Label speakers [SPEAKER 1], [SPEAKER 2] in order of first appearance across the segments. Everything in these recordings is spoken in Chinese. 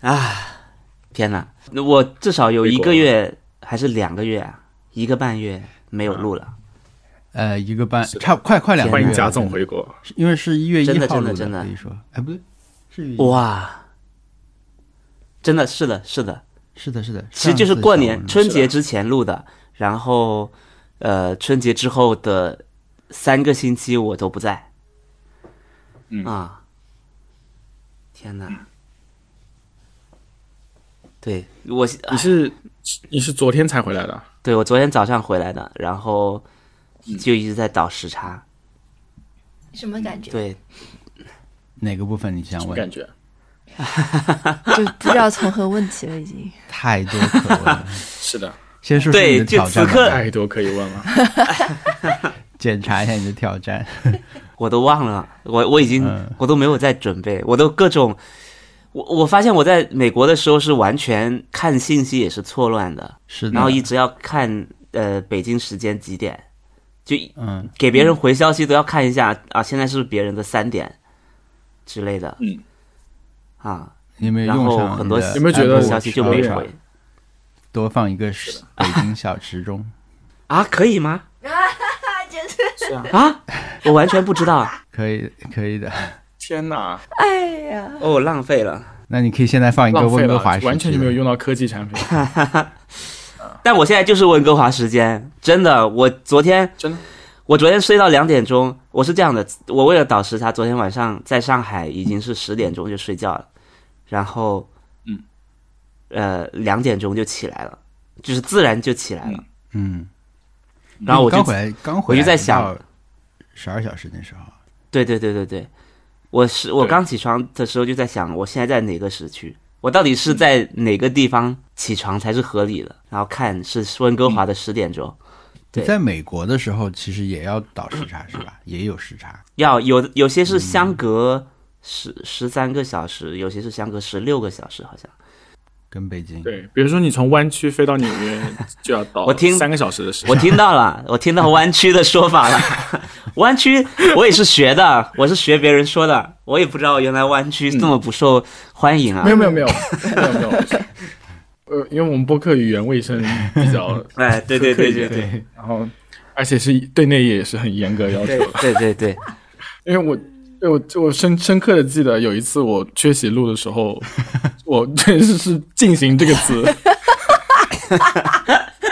[SPEAKER 1] 啊，天哪！我至少有一个月还是两个月啊，一个半月没有录了。
[SPEAKER 2] 呃，一个半差快快两个
[SPEAKER 3] 欢
[SPEAKER 2] 月了，
[SPEAKER 3] 迎贾总回国。
[SPEAKER 2] 因为是一月一
[SPEAKER 1] 真的
[SPEAKER 2] 号
[SPEAKER 1] 真的
[SPEAKER 2] 录
[SPEAKER 1] 真的
[SPEAKER 2] 可以说，哎，不对，是1
[SPEAKER 1] 哇，真的是的，是的，
[SPEAKER 2] 是的，是的，
[SPEAKER 1] 其实就是
[SPEAKER 2] 上次
[SPEAKER 1] 过
[SPEAKER 2] 小
[SPEAKER 1] 年
[SPEAKER 2] 红
[SPEAKER 1] 春节之前录的，然后呃春节之后的三个星期我都不在。
[SPEAKER 3] 嗯
[SPEAKER 1] 啊，天哪！对我
[SPEAKER 3] 你是你是昨天才回来的？
[SPEAKER 1] 对我昨天早上回来的，然后就一直在倒时差。
[SPEAKER 4] 什么感觉？
[SPEAKER 1] 对，
[SPEAKER 2] 哪个部分你想
[SPEAKER 3] 什么
[SPEAKER 2] 问
[SPEAKER 3] 感？觉？
[SPEAKER 4] 嗯就不知道从何问起了，已 经。
[SPEAKER 2] 太多可问 了。
[SPEAKER 3] 是的，
[SPEAKER 2] 先说说
[SPEAKER 1] 对
[SPEAKER 2] 你的
[SPEAKER 1] 就
[SPEAKER 2] 挑战
[SPEAKER 1] 此
[SPEAKER 2] 吧，
[SPEAKER 1] 刻
[SPEAKER 3] 太多可以问了。
[SPEAKER 2] 检查一下你的挑战。
[SPEAKER 1] 我都忘了，我我已经
[SPEAKER 2] 嗯
[SPEAKER 1] 我都没有在准备，我都各种，我我发现我在美国的时候是完全看信息也是错乱的，
[SPEAKER 2] 是的，
[SPEAKER 1] 然后一直要看呃北京时间几点，就
[SPEAKER 2] 嗯，
[SPEAKER 1] 给别人回消息都要看一下啊，现在是不是别人的三点之类的，
[SPEAKER 3] 嗯，
[SPEAKER 1] 啊，
[SPEAKER 2] 你有没有
[SPEAKER 1] 然
[SPEAKER 2] 用
[SPEAKER 1] 后
[SPEAKER 2] 上
[SPEAKER 1] 很
[SPEAKER 2] 你
[SPEAKER 1] 多
[SPEAKER 2] 的
[SPEAKER 3] 有没有觉得
[SPEAKER 2] Apple
[SPEAKER 1] 消息就没
[SPEAKER 2] Watch
[SPEAKER 1] 回
[SPEAKER 2] 多放一个时北京小时钟？
[SPEAKER 1] 啊？可以吗？
[SPEAKER 4] 真是，
[SPEAKER 1] 啊，我完全不知道，
[SPEAKER 2] 可以，可以的。
[SPEAKER 3] 天哪，
[SPEAKER 4] 哎呀，
[SPEAKER 1] 哦，浪费了。
[SPEAKER 2] 那你可以现在放一个
[SPEAKER 3] 浪费
[SPEAKER 2] 温
[SPEAKER 3] 了
[SPEAKER 2] 哥华，时区
[SPEAKER 3] 完全就没有
[SPEAKER 2] 的
[SPEAKER 3] 用到科技 产品，
[SPEAKER 1] 但我现在就是温哥华时间，真的，我昨天
[SPEAKER 3] 真的。
[SPEAKER 1] 我昨天睡到两点钟，我是这样的，我为了倒时差，昨天晚上在上海已经是十点钟就睡觉了，然后，
[SPEAKER 3] 嗯，
[SPEAKER 1] 呃，两点钟就起来了，就是自然就起来了，
[SPEAKER 2] 嗯，
[SPEAKER 1] 然后我就
[SPEAKER 2] 刚回来，刚回来，
[SPEAKER 1] 我就在想，
[SPEAKER 2] 十二小时那时候，
[SPEAKER 1] 对对对对对，我是我
[SPEAKER 3] 对
[SPEAKER 1] 刚起床的时候就在想，我现在在哪个时区？我到底是在哪个地方起床才是合理的？然后看是温哥华的十点钟，
[SPEAKER 3] 嗯
[SPEAKER 2] 你
[SPEAKER 1] 对
[SPEAKER 2] 在美国的时候其实也要倒时差 是吧？也有时差。
[SPEAKER 1] 要有有些是相
[SPEAKER 3] 嗯
[SPEAKER 1] 隔十十三个小时，有些是相隔十六个小时，好像。
[SPEAKER 2] 跟北京，
[SPEAKER 3] 对，比如说你从湾区飞到纽约就要 倒
[SPEAKER 1] 我听
[SPEAKER 3] 三个小时的时间，
[SPEAKER 1] 我听到了，我听到湾区的说法了。 湾区我也是学的，我是学别人说的，我也不知道原来湾区这么不受欢迎啊
[SPEAKER 4] 嗯
[SPEAKER 3] 没。有没有没有没有没 有，呃，因为我们播客语言卫生比 较
[SPEAKER 1] 哎，对对对对对
[SPEAKER 3] 对，然后而且是对内也是很严格要求的，
[SPEAKER 1] 对对对，
[SPEAKER 3] 因为我。对我我深深刻的记得有一次我缺席录的时候，我真是是“进行”这个词，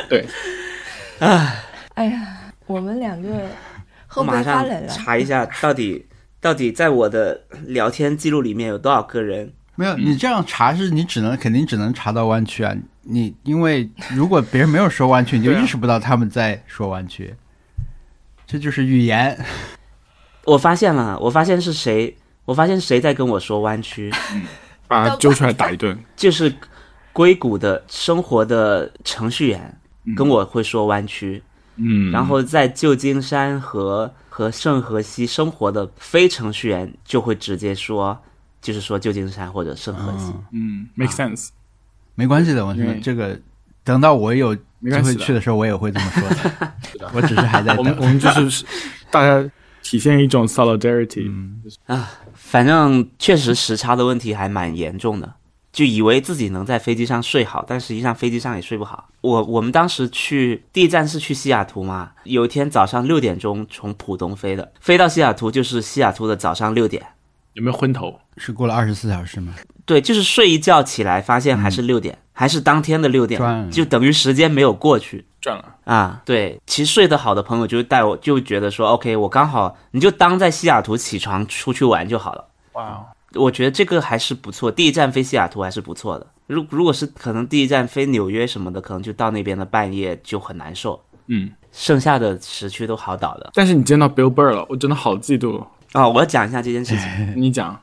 [SPEAKER 3] 对，
[SPEAKER 4] 哎呀，我们两个
[SPEAKER 1] 我
[SPEAKER 4] 后
[SPEAKER 1] 马
[SPEAKER 4] 背发
[SPEAKER 1] 上
[SPEAKER 4] 冷了。
[SPEAKER 1] 查一下到底到底在我的聊天记录里面有多少个人。
[SPEAKER 2] 没
[SPEAKER 3] 嗯
[SPEAKER 2] 有你这样查是你只能肯定只能查到湾区啊。你因为如果别人没有说湾区，你就
[SPEAKER 3] 对啊
[SPEAKER 2] 意识不到他们在说湾区，这就是语言。
[SPEAKER 1] 我发现了，我发现是谁，我发现谁在跟我说湾 区，
[SPEAKER 3] 把他揪出来打 一顿。
[SPEAKER 1] 就是硅谷的生活的程序员跟我会说湾区，
[SPEAKER 3] 嗯，
[SPEAKER 1] 然后在旧金山和和圣荷西生活的非程序员就会直接说，就是说旧金山或者圣荷西。
[SPEAKER 2] 嗯，
[SPEAKER 3] 嗯，make sense，
[SPEAKER 2] 没关系的，我觉得
[SPEAKER 3] 嗯
[SPEAKER 2] 这个等到我有
[SPEAKER 3] 没
[SPEAKER 2] 机
[SPEAKER 3] 关
[SPEAKER 2] 会
[SPEAKER 3] 系
[SPEAKER 2] 去的时候，我也会这么说的。
[SPEAKER 3] 的
[SPEAKER 2] 我只是还在
[SPEAKER 3] 我们我
[SPEAKER 2] 等。
[SPEAKER 3] 们就是 大家体现一种 solidarity，、
[SPEAKER 1] 嗯反正确实时差的问题还蛮严重的，就以为自己能在飞机上睡好，但实际上飞机上也睡不好。我我们当时去第一站是去西雅图嘛，有一天早上六点钟从浦东飞的，飞到西雅图就是西雅图的早上六点，
[SPEAKER 3] 有没有昏头？
[SPEAKER 2] 是过了二十四小时吗？
[SPEAKER 1] 对，就是睡一觉起来发现还是六点，还是当天的六
[SPEAKER 2] 赚
[SPEAKER 1] 点，就等于时间没有过去。
[SPEAKER 3] 赚了，
[SPEAKER 1] 啊，对，其实睡得好的朋友就会带我，就觉得说，OK，我刚好，你就当在西雅图起床出去玩就好了。
[SPEAKER 3] 哇、哦！
[SPEAKER 1] 我觉得这个还是不错，第一站飞西雅图还是不错的。如如果是可能第一站飞纽约什么的，可能就到那边的半夜就很难受。
[SPEAKER 3] 嗯，
[SPEAKER 1] 剩下的时区都好倒的
[SPEAKER 3] 但是你见到 Bill Burr 了，我真的好嫉妒。
[SPEAKER 2] 嗯
[SPEAKER 1] 啊、我要讲一下这件事情。
[SPEAKER 3] 你讲，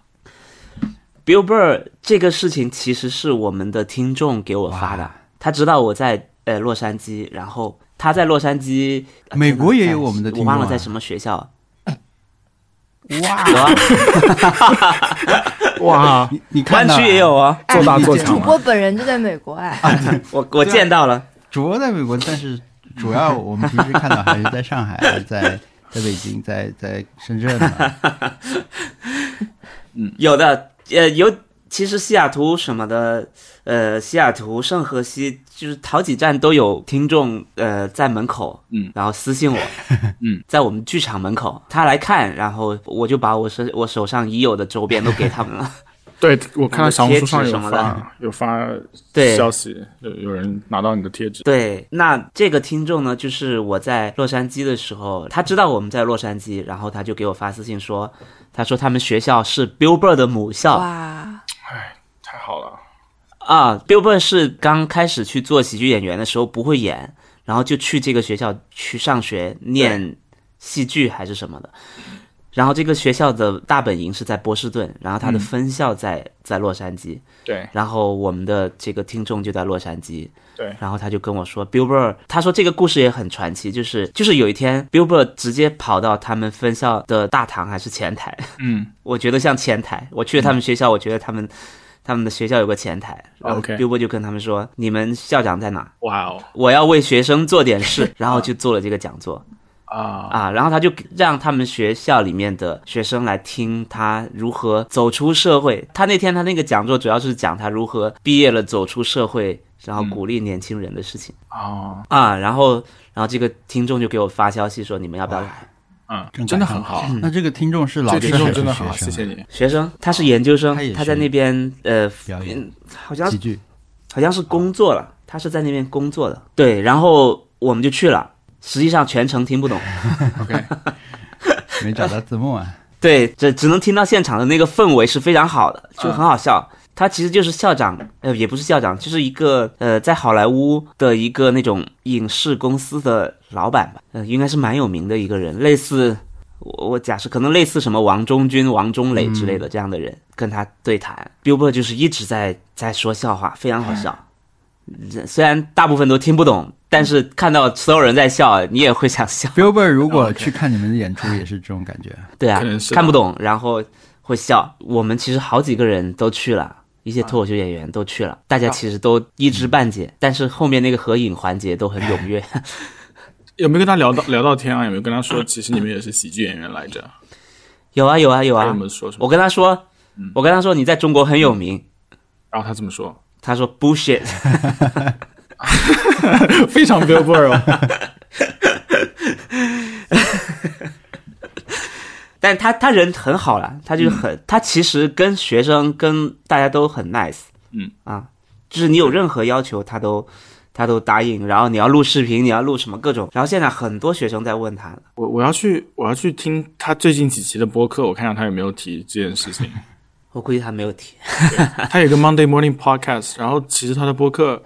[SPEAKER 1] Bill Burr 这个事情其实是我们的听众给我发的，他知道我在呃洛杉矶，然后他在洛杉矶，啊
[SPEAKER 2] 美
[SPEAKER 1] 天哪
[SPEAKER 2] 国也
[SPEAKER 1] 在
[SPEAKER 2] 有我们的听
[SPEAKER 1] 我忘
[SPEAKER 2] 众
[SPEAKER 1] 了在
[SPEAKER 2] 啊
[SPEAKER 1] 什么学校。
[SPEAKER 2] 哇，
[SPEAKER 1] 有啊，
[SPEAKER 3] 哇，
[SPEAKER 2] 你你看
[SPEAKER 1] 湾
[SPEAKER 2] 到
[SPEAKER 1] 区也有啊，
[SPEAKER 3] 做大做强
[SPEAKER 4] 哎主
[SPEAKER 3] 了。
[SPEAKER 4] 播本人就在美国哎，
[SPEAKER 1] 我我见到了。
[SPEAKER 2] 主播在美国，但是主要我们平时看到还是在上海，还是在在北京， 在在深圳嘛。
[SPEAKER 1] 有的，呃，有其实西雅图什么的，呃，西雅图、圣荷西，就是好几站都有听众，呃，在门口，
[SPEAKER 3] 嗯，
[SPEAKER 1] 然后私信我，
[SPEAKER 3] 嗯，
[SPEAKER 1] 在我们剧场门口，他来看，然后我就把我手我手上已有的周边都给他们了。
[SPEAKER 3] 对我看到小红书上
[SPEAKER 1] 贴纸
[SPEAKER 3] 有
[SPEAKER 1] 什么的
[SPEAKER 3] 发有发
[SPEAKER 1] 对
[SPEAKER 3] 消息，有有人拿到你的贴纸，
[SPEAKER 1] 对，那这个听众呢，就是我在洛杉矶的时候，他知道我们在洛杉矶，然后他就给我发私信说，他说他们学校是 Billboard 的母校
[SPEAKER 4] 哇，
[SPEAKER 3] 太好了。
[SPEAKER 1] 啊，Billboard 是刚开始去做喜剧演员的时候不会演，然后就去这个学校去上学念戏剧还是什么的。然后这个学校的大本营是在波士顿，然后它的分校在、在洛杉矶。
[SPEAKER 3] 对，
[SPEAKER 1] 然后我们的这个听众就在洛杉矶，
[SPEAKER 3] 对
[SPEAKER 1] 然后他就跟我说，Billboard，他说这个故事也很传奇，就是就是有一天 Billboard 直接跑到他们分校的大堂还是前台，
[SPEAKER 3] 嗯，
[SPEAKER 1] 我觉得像前台，我去了他们学校，我觉得他们他们的学校有个前台，然后
[SPEAKER 3] OK
[SPEAKER 1] Billboard 就跟他们说，你们校长在哪？
[SPEAKER 3] 哇哦
[SPEAKER 1] 我要为学生做点事，然后就做了这个讲座
[SPEAKER 3] 啊，
[SPEAKER 1] 啊，然后他就让他们学校里面的学生来听他如何走出社会。他那天他那个讲座主要是讲他如何毕业了走出社会，然后鼓励年轻人的事情、
[SPEAKER 3] 哦，
[SPEAKER 1] 啊。然后，然后这个听众就给我发消息说你们要不要来？
[SPEAKER 3] 嗯，
[SPEAKER 2] 真
[SPEAKER 3] 真的
[SPEAKER 2] 感
[SPEAKER 3] 很
[SPEAKER 2] 动
[SPEAKER 3] 好，
[SPEAKER 2] 那这个听众是老
[SPEAKER 3] 这
[SPEAKER 2] 师
[SPEAKER 3] 听众
[SPEAKER 2] 还是
[SPEAKER 3] 真的
[SPEAKER 2] 学
[SPEAKER 3] 好，谢
[SPEAKER 2] 生
[SPEAKER 3] 谢你。
[SPEAKER 1] 学生，他是研究生，
[SPEAKER 2] 他也
[SPEAKER 1] 他
[SPEAKER 2] 是
[SPEAKER 1] 在那边呃
[SPEAKER 2] 表演
[SPEAKER 1] 嗯好像
[SPEAKER 2] 几句。
[SPEAKER 1] 好像是工作了，他是在那边工作的。对，然后我们就去了，实际上全程听不懂，
[SPEAKER 3] OK，
[SPEAKER 1] 嗯
[SPEAKER 2] 没找到字 幕啊，
[SPEAKER 1] 对，只只能听到现场的那个氛围是非常好的，就很好笑。他其实就是校长，呃，也不是校长，就是一个呃，在好莱坞的一个那种影视公司的老板吧，呃，应该是蛮有名的一个人，类似我我假设可能类似什么王中军、王中磊之类的这样的人、跟他对谈，Billboard 就是一直在在说笑话，非常好笑。这虽然大部分都听不懂，但是看到所有人在笑，你也会想笑。
[SPEAKER 2] Billboard 如
[SPEAKER 1] 哦
[SPEAKER 2] 果去看你们的演出也是这种感觉，
[SPEAKER 1] 对啊
[SPEAKER 3] 可能，是吧
[SPEAKER 1] 看不懂，然后会笑。我们其实好几个人都去了，一
[SPEAKER 3] 啊
[SPEAKER 1] 些脱口秀演员都去了，大家其实都一知半解，但是后面那个合影环节都很踊 跃。
[SPEAKER 3] 有没有跟他聊到聊到天啊？有没有跟他说，其实你们也是喜剧演员来着？
[SPEAKER 1] 有啊有啊有
[SPEAKER 3] 他有
[SPEAKER 1] 啊
[SPEAKER 3] 没，有嗯说什么？
[SPEAKER 1] 我跟他说，我跟他说你在中国很有名，
[SPEAKER 3] 然后他这么说，
[SPEAKER 1] 他说 bullshit，
[SPEAKER 3] 非常 Billboard 哦。
[SPEAKER 1] 但他他人很好啦，他
[SPEAKER 3] 嗯
[SPEAKER 1] 就很、他其实跟学生跟大家都很 nice，
[SPEAKER 3] 嗯
[SPEAKER 1] 啊，就是你有任何要求他都他都答应，然后你要录视频，你要录什么各种，然后现在很多学生在问他，
[SPEAKER 3] 我我要去我要去听他最近几期的播客，我看看他有没有提这件事情。
[SPEAKER 1] 我估计他没有提。
[SPEAKER 3] 他有一个 Monday Morning Podcast，然后其实他的播客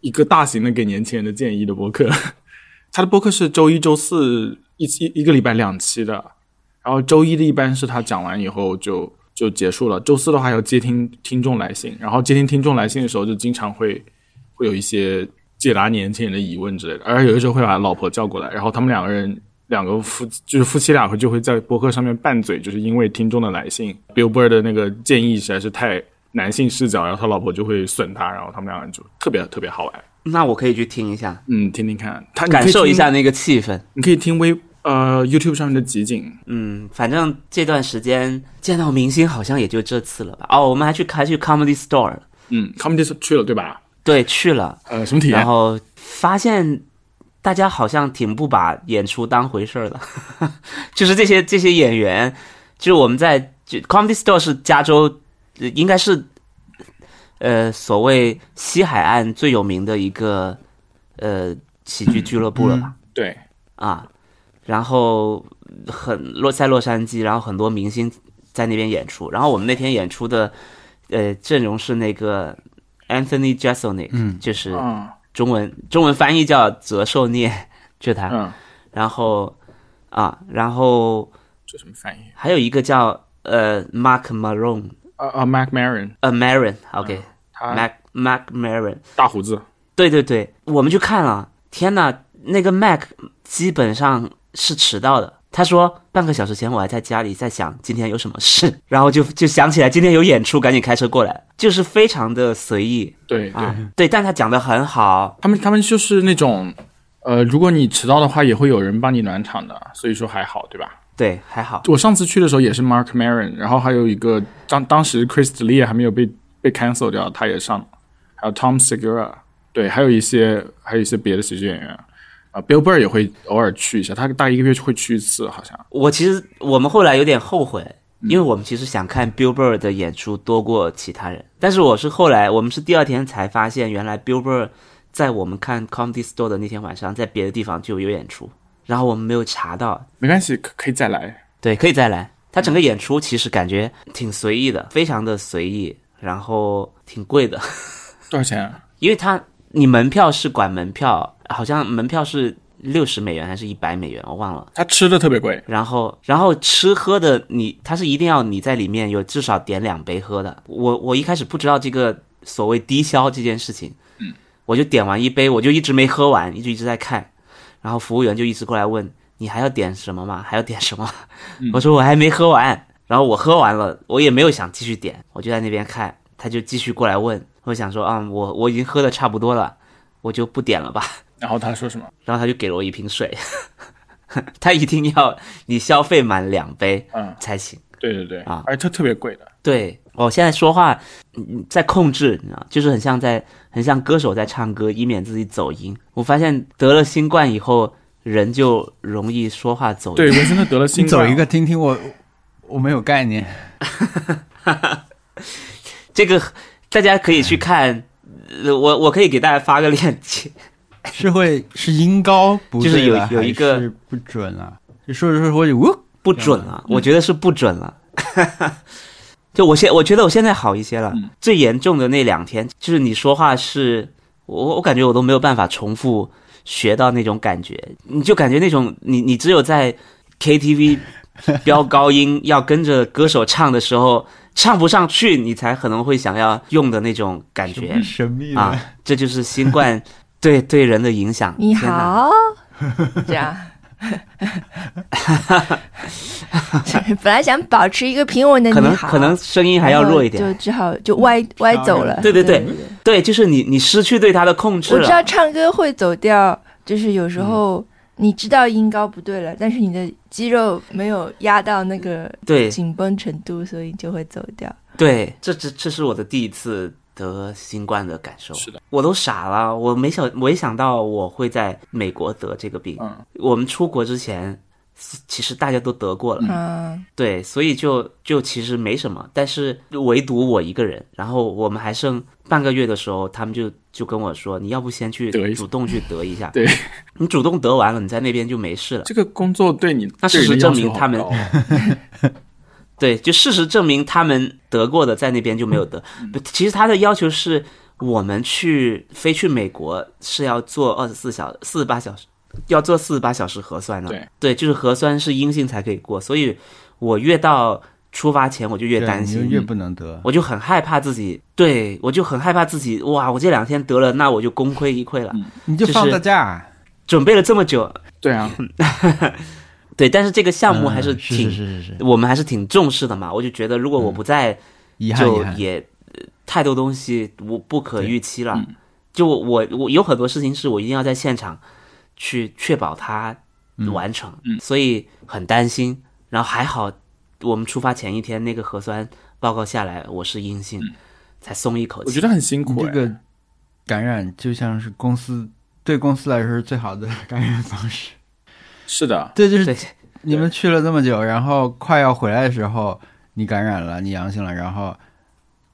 [SPEAKER 3] 一个大型的给年轻人的建议的播客， 他的播客是周一周四一期一个礼拜两期的，然后周一的一般是他讲完以后就就结束了，周四的话要接听听众来信，然后接听听众来信的时候就经常会会有一些解答年轻人的疑问之类的，而有的时候会把老婆叫过来，然后他们两个人。两个夫就是夫妻俩会就会在博客上面拌嘴，就是因为听众的来信，Billboard 的那个建议实在是太男性视角，然后他老婆就会损他，然后他们两个人就特别特别好玩。
[SPEAKER 1] 那我可以去听一下，
[SPEAKER 3] 嗯，听听看，他
[SPEAKER 1] 感受一，下那个气氛。
[SPEAKER 3] 你可以听你可以听微呃 YouTube 上面的集锦，
[SPEAKER 1] 嗯，反正这段时间见到明星好像也就这次了吧。哦，我们还去还去 Comedy Store，了
[SPEAKER 3] 嗯，Comedy Store 去了对吧？
[SPEAKER 1] 对，去了，
[SPEAKER 3] 呃，什么体
[SPEAKER 1] 然
[SPEAKER 3] 验？
[SPEAKER 1] 后发现大家好像挺不把演出当回事儿的， 就是这些这些演员，就是我们在就 Comedy Store 是加州，呃应该是呃所谓西海岸最有名的一个呃喜剧俱乐部了吧。
[SPEAKER 3] 对，
[SPEAKER 1] 啊，然后很洛在洛杉矶，然后很多明星在那边演出。然后我们那天演出的呃阵容是那个 Anthony Jeselnik，
[SPEAKER 2] 嗯
[SPEAKER 1] 就是
[SPEAKER 3] 嗯
[SPEAKER 1] 中文中文翻译叫泽寿涅，就他。
[SPEAKER 3] 嗯，
[SPEAKER 1] 然后啊，然后
[SPEAKER 3] 这什么翻译？
[SPEAKER 1] 还有一个叫呃 Mark Maron，
[SPEAKER 3] 啊啊，Mac Maron，
[SPEAKER 1] 呃 Maron，OK，Mac、
[SPEAKER 3] 他
[SPEAKER 1] Mac Maron，
[SPEAKER 3] 大胡子，
[SPEAKER 1] 对对对，我们去看了，天呐，那个 Mac 基本上是迟到的。他说半个小时前我还在家里在想今天有什么事，然后就就想起来今天有演出，赶紧开车过来，就是非常的随意
[SPEAKER 3] 对对
[SPEAKER 1] 啊，。对，但他讲的很好，
[SPEAKER 3] 他们他们就是那种，呃，如果你迟到的话，也会有人帮你暖场的，所以说还好，对吧？
[SPEAKER 1] 对，还好。
[SPEAKER 3] 我上次去的时候也是 Mark Maron，然后还有一个当当时 Chris d e l i a 还没有被被 cancel 掉，他也上了，还有 Tom Segura，对，还有一些还有一些别的喜剧演员啊，Bill Burr 也会偶尔去一下，他大概一个月会去一次，好像。
[SPEAKER 1] 我其实我们后来有点后悔，因为我们其实想看 Bill Burr 的演出多过其他人，但是我是后来我们是第二天才发现，原来 Bill Burr 在我们看 Comedy Store 的那天晚上，在别的地方就有演出，然后我们没有查到，
[SPEAKER 3] 没关系，可可以再来。
[SPEAKER 1] 对，可以再来。他整个演出其实感觉挺随意的，非常的随意，然后挺贵的，
[SPEAKER 3] 多少钱、啊？
[SPEAKER 1] 因为他你门票是管门票，好像门票是六十美元还是一百美元，我忘了。
[SPEAKER 3] 他吃的特别贵，
[SPEAKER 1] 然后，然后吃喝的你，他是一定要你在里面有至少点两杯喝的。我我一开始不知道这个所谓低消这件事情，嗯，我就点完一杯，我就一直没喝完，一直一直在看，然后服务员就一直过来问你还要点什么吗？还要点什么？ 我说我还没喝完，然后我喝完了，我也没有想继续点，我就在那边看，他就继续过来问，我想说啊、我我已经喝的差不多了，我就不点了吧。
[SPEAKER 3] 然后他说什么？
[SPEAKER 1] 然后他就给了我一瓶水， 他一定要你消费满两杯
[SPEAKER 3] 嗯
[SPEAKER 1] 才行。
[SPEAKER 3] 对对对，
[SPEAKER 1] 啊
[SPEAKER 3] 而且他特别贵的，
[SPEAKER 1] 对我现在说话嗯在控制，你知道，就是很像在很像歌手在唱歌，以免自己走音。我发现得了新冠以后，人就容易说话走
[SPEAKER 3] 对，
[SPEAKER 1] 音。
[SPEAKER 3] 文森特得了新
[SPEAKER 2] 你走
[SPEAKER 3] 冠，
[SPEAKER 2] 一个听听我，我没有概念。
[SPEAKER 1] 这个大家可以去看，呃我我可以给大家发个链接。
[SPEAKER 2] 是会是音高不对
[SPEAKER 1] 就是有
[SPEAKER 2] 了
[SPEAKER 1] 有一个
[SPEAKER 2] 还是不准啊，就说着说着会呜，
[SPEAKER 1] 不准了，我觉得是不准了。 就我现我觉得我现在好一些了。最严重的那两天，就是你说话是，我我感觉我都没有办法重复学到那种感觉，你就感觉那种你你只有在 KTV 飙高音要跟着歌手唱的时候唱不上去，你才可能会想要用的那种感觉
[SPEAKER 2] 神秘的、
[SPEAKER 1] 啊，这就是新冠对对人的影响。
[SPEAKER 4] 你
[SPEAKER 1] 天哪，
[SPEAKER 4] 好，这样。 本来想保持一个平稳的
[SPEAKER 1] 可
[SPEAKER 4] 你
[SPEAKER 1] 能
[SPEAKER 4] 好，
[SPEAKER 1] 可能声音还要弱一点嗯
[SPEAKER 4] 然。后就只好就歪歪走了。
[SPEAKER 1] 对对对对，就是你你失去对他的嗯控制
[SPEAKER 4] 我知道
[SPEAKER 1] 了。
[SPEAKER 4] 唱歌会走调，就是有时候你知道音高不对了，但是你的肌肉没有压到那个
[SPEAKER 1] 对
[SPEAKER 4] 紧绷程度，所以就会走掉。
[SPEAKER 1] 对，这这这是我的第一次得新冠的感受。
[SPEAKER 3] 是的，
[SPEAKER 1] 我都傻了，我没想没想到我会在美国得这个病。
[SPEAKER 3] 嗯，
[SPEAKER 1] 我们出国之前，其实大家都得过了，
[SPEAKER 4] 嗯，
[SPEAKER 1] 对，所以就就其实没什么，但是唯独我一个人。然后我们还剩半个月的时候，他们就就跟我说，你要不先去
[SPEAKER 3] 得一下
[SPEAKER 1] 主动去得一下，
[SPEAKER 3] 对，
[SPEAKER 1] 你主动得完了，你在那边就没事了。
[SPEAKER 3] 这个工作对你
[SPEAKER 1] 那事实
[SPEAKER 3] 对你的要
[SPEAKER 1] 证明
[SPEAKER 3] 求好
[SPEAKER 1] 他们
[SPEAKER 3] 高
[SPEAKER 1] 对，就事实证明他们得过的在那边就没有得。
[SPEAKER 2] 嗯
[SPEAKER 1] 不其实他的要求是我们去飞去美国是要做二十四小四十八小时，要做四十八小时核酸的。
[SPEAKER 3] 对
[SPEAKER 1] 就是核酸是阴性才可以过，所以我越到出发前我就越
[SPEAKER 2] 对
[SPEAKER 1] 担
[SPEAKER 2] 你就
[SPEAKER 1] 心，
[SPEAKER 2] 越不能得。
[SPEAKER 1] 我就很害怕自己，对我就很害怕自己，哇，我这两天得了，那我就功亏一篑了。
[SPEAKER 2] 你就放大假，
[SPEAKER 1] 准备了这么久，
[SPEAKER 3] 对 啊，
[SPEAKER 1] 对，但是这个项目还
[SPEAKER 2] 嗯
[SPEAKER 1] 是
[SPEAKER 2] 是
[SPEAKER 1] 挺。
[SPEAKER 2] 是嗯是是是
[SPEAKER 1] 我们还是挺重视的嘛，我就觉得如果我不在
[SPEAKER 2] 遗憾遗
[SPEAKER 1] 就
[SPEAKER 2] 憾。
[SPEAKER 1] 也呃太多东西我不可预期了
[SPEAKER 3] 对。
[SPEAKER 2] 嗯
[SPEAKER 1] 就我我有很多事情是我一定要在现场去确保它完成，
[SPEAKER 2] 嗯
[SPEAKER 1] 嗯所以很担心。然后还好，我们出发前一天那个核酸报告下来我是阴
[SPEAKER 2] 嗯
[SPEAKER 1] 性，才松一口气。
[SPEAKER 3] 我觉得很辛
[SPEAKER 2] 你
[SPEAKER 3] 苦、
[SPEAKER 2] 这
[SPEAKER 3] 哎
[SPEAKER 2] 个感染就像是公司对公司来说是最好的感染方 式。
[SPEAKER 3] 是的，
[SPEAKER 2] 对，就是
[SPEAKER 1] 对
[SPEAKER 2] 你们去了那么久，然后快要回来的时候，你感染了，你阳性了，然后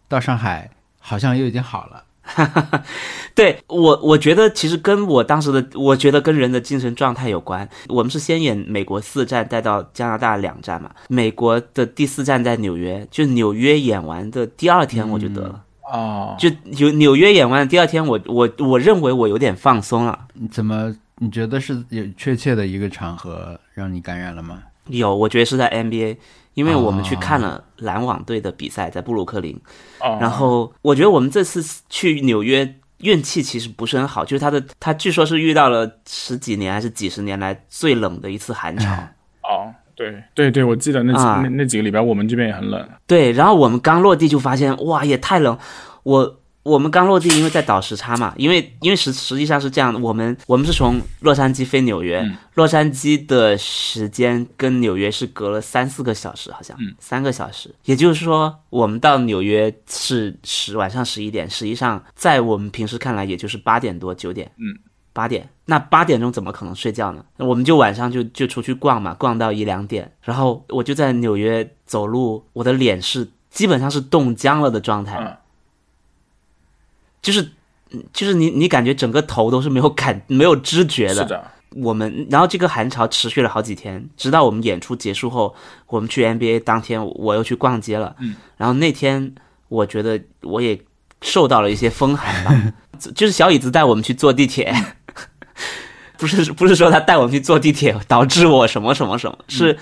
[SPEAKER 2] 到上海好像又已经好了。
[SPEAKER 1] 对我，我觉得其实跟我当时的，我觉得跟人的精神状态有关。我们是先演美国四站，带到加拿大两站嘛。美国的第四站在纽约，就纽约演完的第二天我就得了，
[SPEAKER 3] 哦，
[SPEAKER 1] 就纽纽约演完的第二天我，我我认为我有点放松了。
[SPEAKER 2] 你怎么？你觉得是有确切的一个场合让你感染了吗？
[SPEAKER 1] 有，我觉得是在 NBA，因为我们去
[SPEAKER 2] 哦
[SPEAKER 1] 看了篮网队的比赛，在布鲁克林。
[SPEAKER 3] 哦
[SPEAKER 1] 然后我觉得我们这次去纽约运气其实不是很好，就是他的他据说是遇到了十几年还是几十年来最冷的一次寒潮。
[SPEAKER 3] 哦，对对对，我记得那几、
[SPEAKER 1] 啊
[SPEAKER 3] 那那几个礼拜我们这边也很冷，
[SPEAKER 1] 对，然后我们刚落地就发现，哇，也太冷！我我们刚落地，因为在倒时差嘛，因为因为实实际上是这样的，我们我们是从洛杉矶飞纽约，
[SPEAKER 3] 嗯
[SPEAKER 1] 洛杉矶的时间跟纽约是隔了三四个小时，好像、
[SPEAKER 3] 嗯
[SPEAKER 1] 三个小时，也就是说我们到纽约是十晚上十一点，实际上在我们平时看来也就是八点多九点，
[SPEAKER 3] 嗯，
[SPEAKER 1] 八点，那八点钟怎么可能睡觉呢？我们就晚上就就出去逛嘛，逛到一两点，然后我就在纽约走路，我的脸是基本上是冻僵了的状态。
[SPEAKER 3] 嗯
[SPEAKER 1] 就是就是你你感觉整个头都是没有感没有知觉
[SPEAKER 3] 是
[SPEAKER 1] 的。
[SPEAKER 3] 的，
[SPEAKER 1] 我们然后这个寒潮持续了好几天，直到我们演出结束后，我们去 NBA 当天我又去逛街了，
[SPEAKER 3] 嗯，
[SPEAKER 1] 然后那天我觉得我也受到了一些风寒吧，就就是小椅子带我们去坐地铁。 不是不是说他带我们去坐地铁导致我什么什么什么，
[SPEAKER 3] 嗯
[SPEAKER 1] 是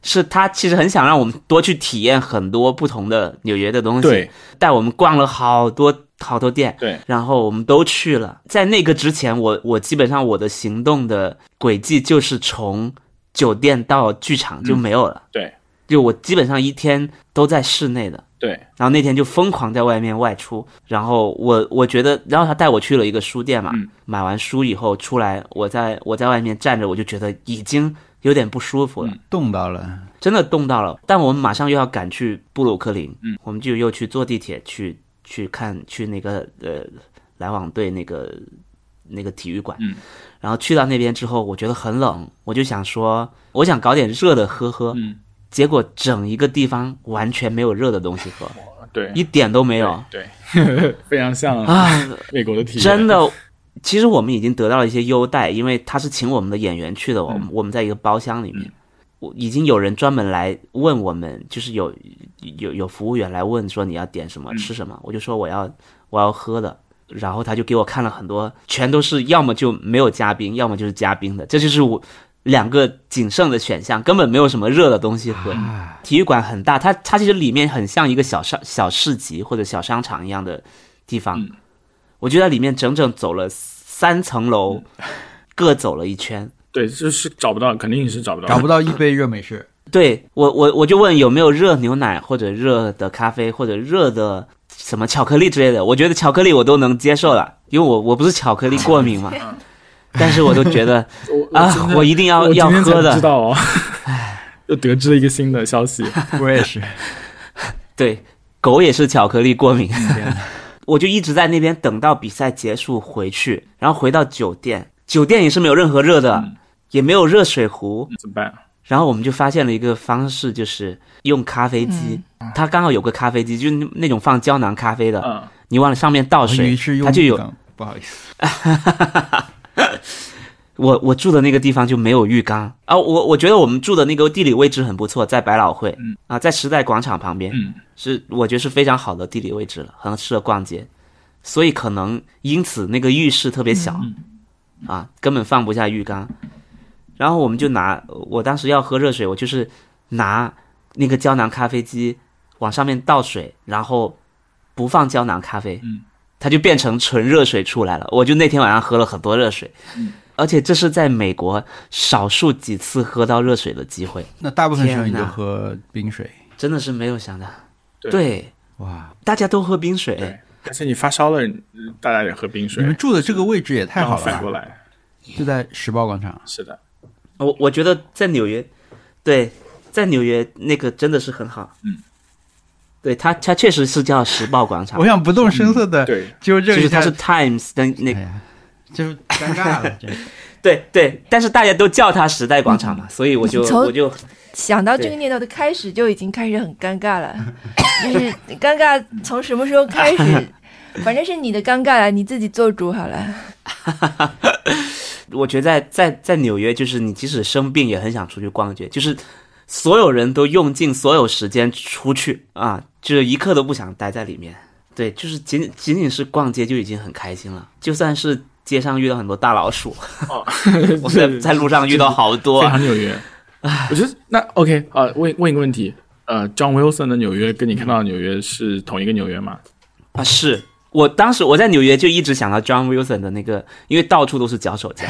[SPEAKER 1] 是他其实很想让我们多去体验很多不同的纽约的东西，
[SPEAKER 3] 对
[SPEAKER 1] 带我们逛了好多好多店，
[SPEAKER 3] 对，
[SPEAKER 1] 然后我们都去了。在那个之前，我我基本上我的行动的轨迹就是从酒店到剧场就没有了，
[SPEAKER 3] 嗯对
[SPEAKER 1] 就我基本上一天都在室内的。
[SPEAKER 3] 对，
[SPEAKER 1] 然后那天就疯狂在外面外出，然后我我觉得，然后他带我去了一个书店嘛，
[SPEAKER 3] 嗯
[SPEAKER 1] 买完书以后出来，我在我在外面站着，我就觉得已经有点不舒服了，
[SPEAKER 3] 嗯
[SPEAKER 2] 冻到了，
[SPEAKER 1] 真的冻到了。但我们马上又要赶去布鲁克林，
[SPEAKER 3] 嗯，
[SPEAKER 1] 我们就又去坐地铁去去看去那个呃篮网队那个那个体育馆，
[SPEAKER 3] 嗯，
[SPEAKER 1] 然后去到那边之后，我觉得很冷，我就想说，我想搞点热的喝喝，
[SPEAKER 3] 嗯，
[SPEAKER 1] 结果整一个地方完全没有热的东西 喝，
[SPEAKER 3] 对，
[SPEAKER 1] 一点都没有。
[SPEAKER 3] 对， 非常像
[SPEAKER 1] 啊，
[SPEAKER 3] 美国的体验，
[SPEAKER 1] 真的，其实我们已经得到了一些优待，因为他是请我们的演员去的，我们、我们在一个包厢里面，我已经有人专门来问我们，就是有有有服务员来问说你要点什么、吃什么，我就说我要我要喝的。然后他就给我看了很多，全都是要么就没有嘉宾，要么就是嘉宾的，这就是我两个仅剩的选项，根本没有什么热的东西喝。体育馆很大，它它其实里面很像一个小商小市集或者小商场一样的地方，
[SPEAKER 3] 嗯
[SPEAKER 1] 我就在里面整整走了三层楼，
[SPEAKER 3] 嗯
[SPEAKER 1] 各走了一圈。
[SPEAKER 3] 对，就是找不到，肯定是找不到，
[SPEAKER 2] 找不到一杯热美式，
[SPEAKER 1] 对我我我就问有没有热牛奶或者热的咖啡或者热的什么巧克力之类的，我觉得巧克力我都能接受了，因为我我不是巧克力过敏嘛， 但是我都觉得
[SPEAKER 3] 嗯 我我
[SPEAKER 1] 啊
[SPEAKER 3] 今天，
[SPEAKER 1] 我一定要
[SPEAKER 3] 我今
[SPEAKER 1] 要
[SPEAKER 3] 天才
[SPEAKER 1] 喝的
[SPEAKER 3] 知，道哦，又得知了一个新的消息，
[SPEAKER 2] 我也是。
[SPEAKER 1] 对，狗也是巧克力过敏。 我就一直在那边等到比赛结束回去，然后回到酒店，酒店也是没有任何热的，
[SPEAKER 3] 嗯
[SPEAKER 1] 也没有热水壶，
[SPEAKER 3] 怎么办？
[SPEAKER 1] 然后我们就发现了一个方式，就是用咖啡机，它刚好有个咖啡机，就是那种放胶囊咖啡的，
[SPEAKER 3] 嗯，
[SPEAKER 1] 你往上面倒
[SPEAKER 2] 我
[SPEAKER 1] 水
[SPEAKER 2] 于是， 用
[SPEAKER 1] 它就有
[SPEAKER 2] 梗，不好意思，
[SPEAKER 1] 我我住的那个地方就没有浴缸啊，我我觉得我们住的那个地理位置很不错，在百老汇，
[SPEAKER 3] 嗯
[SPEAKER 1] 啊，在时代广场旁边，
[SPEAKER 3] 嗯
[SPEAKER 1] 是我觉得是非常好的地理位置了，很适合逛街，所以可能因此那个浴室特别小，
[SPEAKER 3] 嗯
[SPEAKER 1] 啊，根本放不下浴缸。然后我们就拿，我当时要喝热水，我就是拿那个胶囊咖啡机往上面倒水，然后不放胶囊咖啡，
[SPEAKER 3] 嗯，
[SPEAKER 1] 它就变成纯热水出来了。我就那天晚上喝了很多热水，
[SPEAKER 3] 嗯，
[SPEAKER 1] 而且这是在美国少数几次喝到热水的机会，
[SPEAKER 2] 那大部分时候你
[SPEAKER 1] 天
[SPEAKER 2] 就
[SPEAKER 1] 哪
[SPEAKER 2] 喝冰水，
[SPEAKER 1] 真的是没有想到，
[SPEAKER 3] 对
[SPEAKER 2] 哇！
[SPEAKER 1] 大家都喝冰水，
[SPEAKER 3] 对，而且你发烧了，大家也喝冰
[SPEAKER 2] 你
[SPEAKER 3] 水
[SPEAKER 2] 们，住的这个位置也太
[SPEAKER 3] 然后
[SPEAKER 2] 好
[SPEAKER 3] 反过
[SPEAKER 2] 了吧，
[SPEAKER 1] 啊
[SPEAKER 3] 来，
[SPEAKER 2] 就在时报广场，
[SPEAKER 3] 是的，
[SPEAKER 1] 我我觉得在纽约，对，在纽约那个真的是很好。
[SPEAKER 3] 嗯，
[SPEAKER 1] 对，它它确实是叫时报广场
[SPEAKER 2] 我，想不动声色的
[SPEAKER 3] 对，
[SPEAKER 2] 纠
[SPEAKER 1] 就
[SPEAKER 2] 正一
[SPEAKER 1] 是它
[SPEAKER 2] 下，
[SPEAKER 1] 是 Times 的那
[SPEAKER 2] 哎呀，就是尴尬 了，真是
[SPEAKER 1] 对对，但是大家都叫它时代广
[SPEAKER 3] 嗯
[SPEAKER 1] 场嘛，所以我就
[SPEAKER 4] 从
[SPEAKER 1] 我就
[SPEAKER 4] 想到这个
[SPEAKER 1] 对
[SPEAKER 4] 念头的开始就已经开始很尴 尬了，就是尴尬从什么时候 开始？反正是你的尴尬了，你自己做主好了。
[SPEAKER 1] 我觉得在在在纽约，就是你即使生病也很想出去逛街，就是所有人都用尽所有时间出去啊，就是一刻都不想待在里面。对，就是仅仅仅是逛街就已经很开心了，就算是街上遇到很多大老鼠，
[SPEAKER 3] 哦
[SPEAKER 1] 我在 在路上遇到好多
[SPEAKER 3] 非
[SPEAKER 1] 啊，
[SPEAKER 3] 常纽约。我觉得那 OK 啊、问问一个问题，呃，John Wilson 的纽约跟你看到的纽约是同一个纽约吗？
[SPEAKER 1] 啊，是我当时我在纽约就一直想到 John Wilson 的那个，因为到处都是脚手架，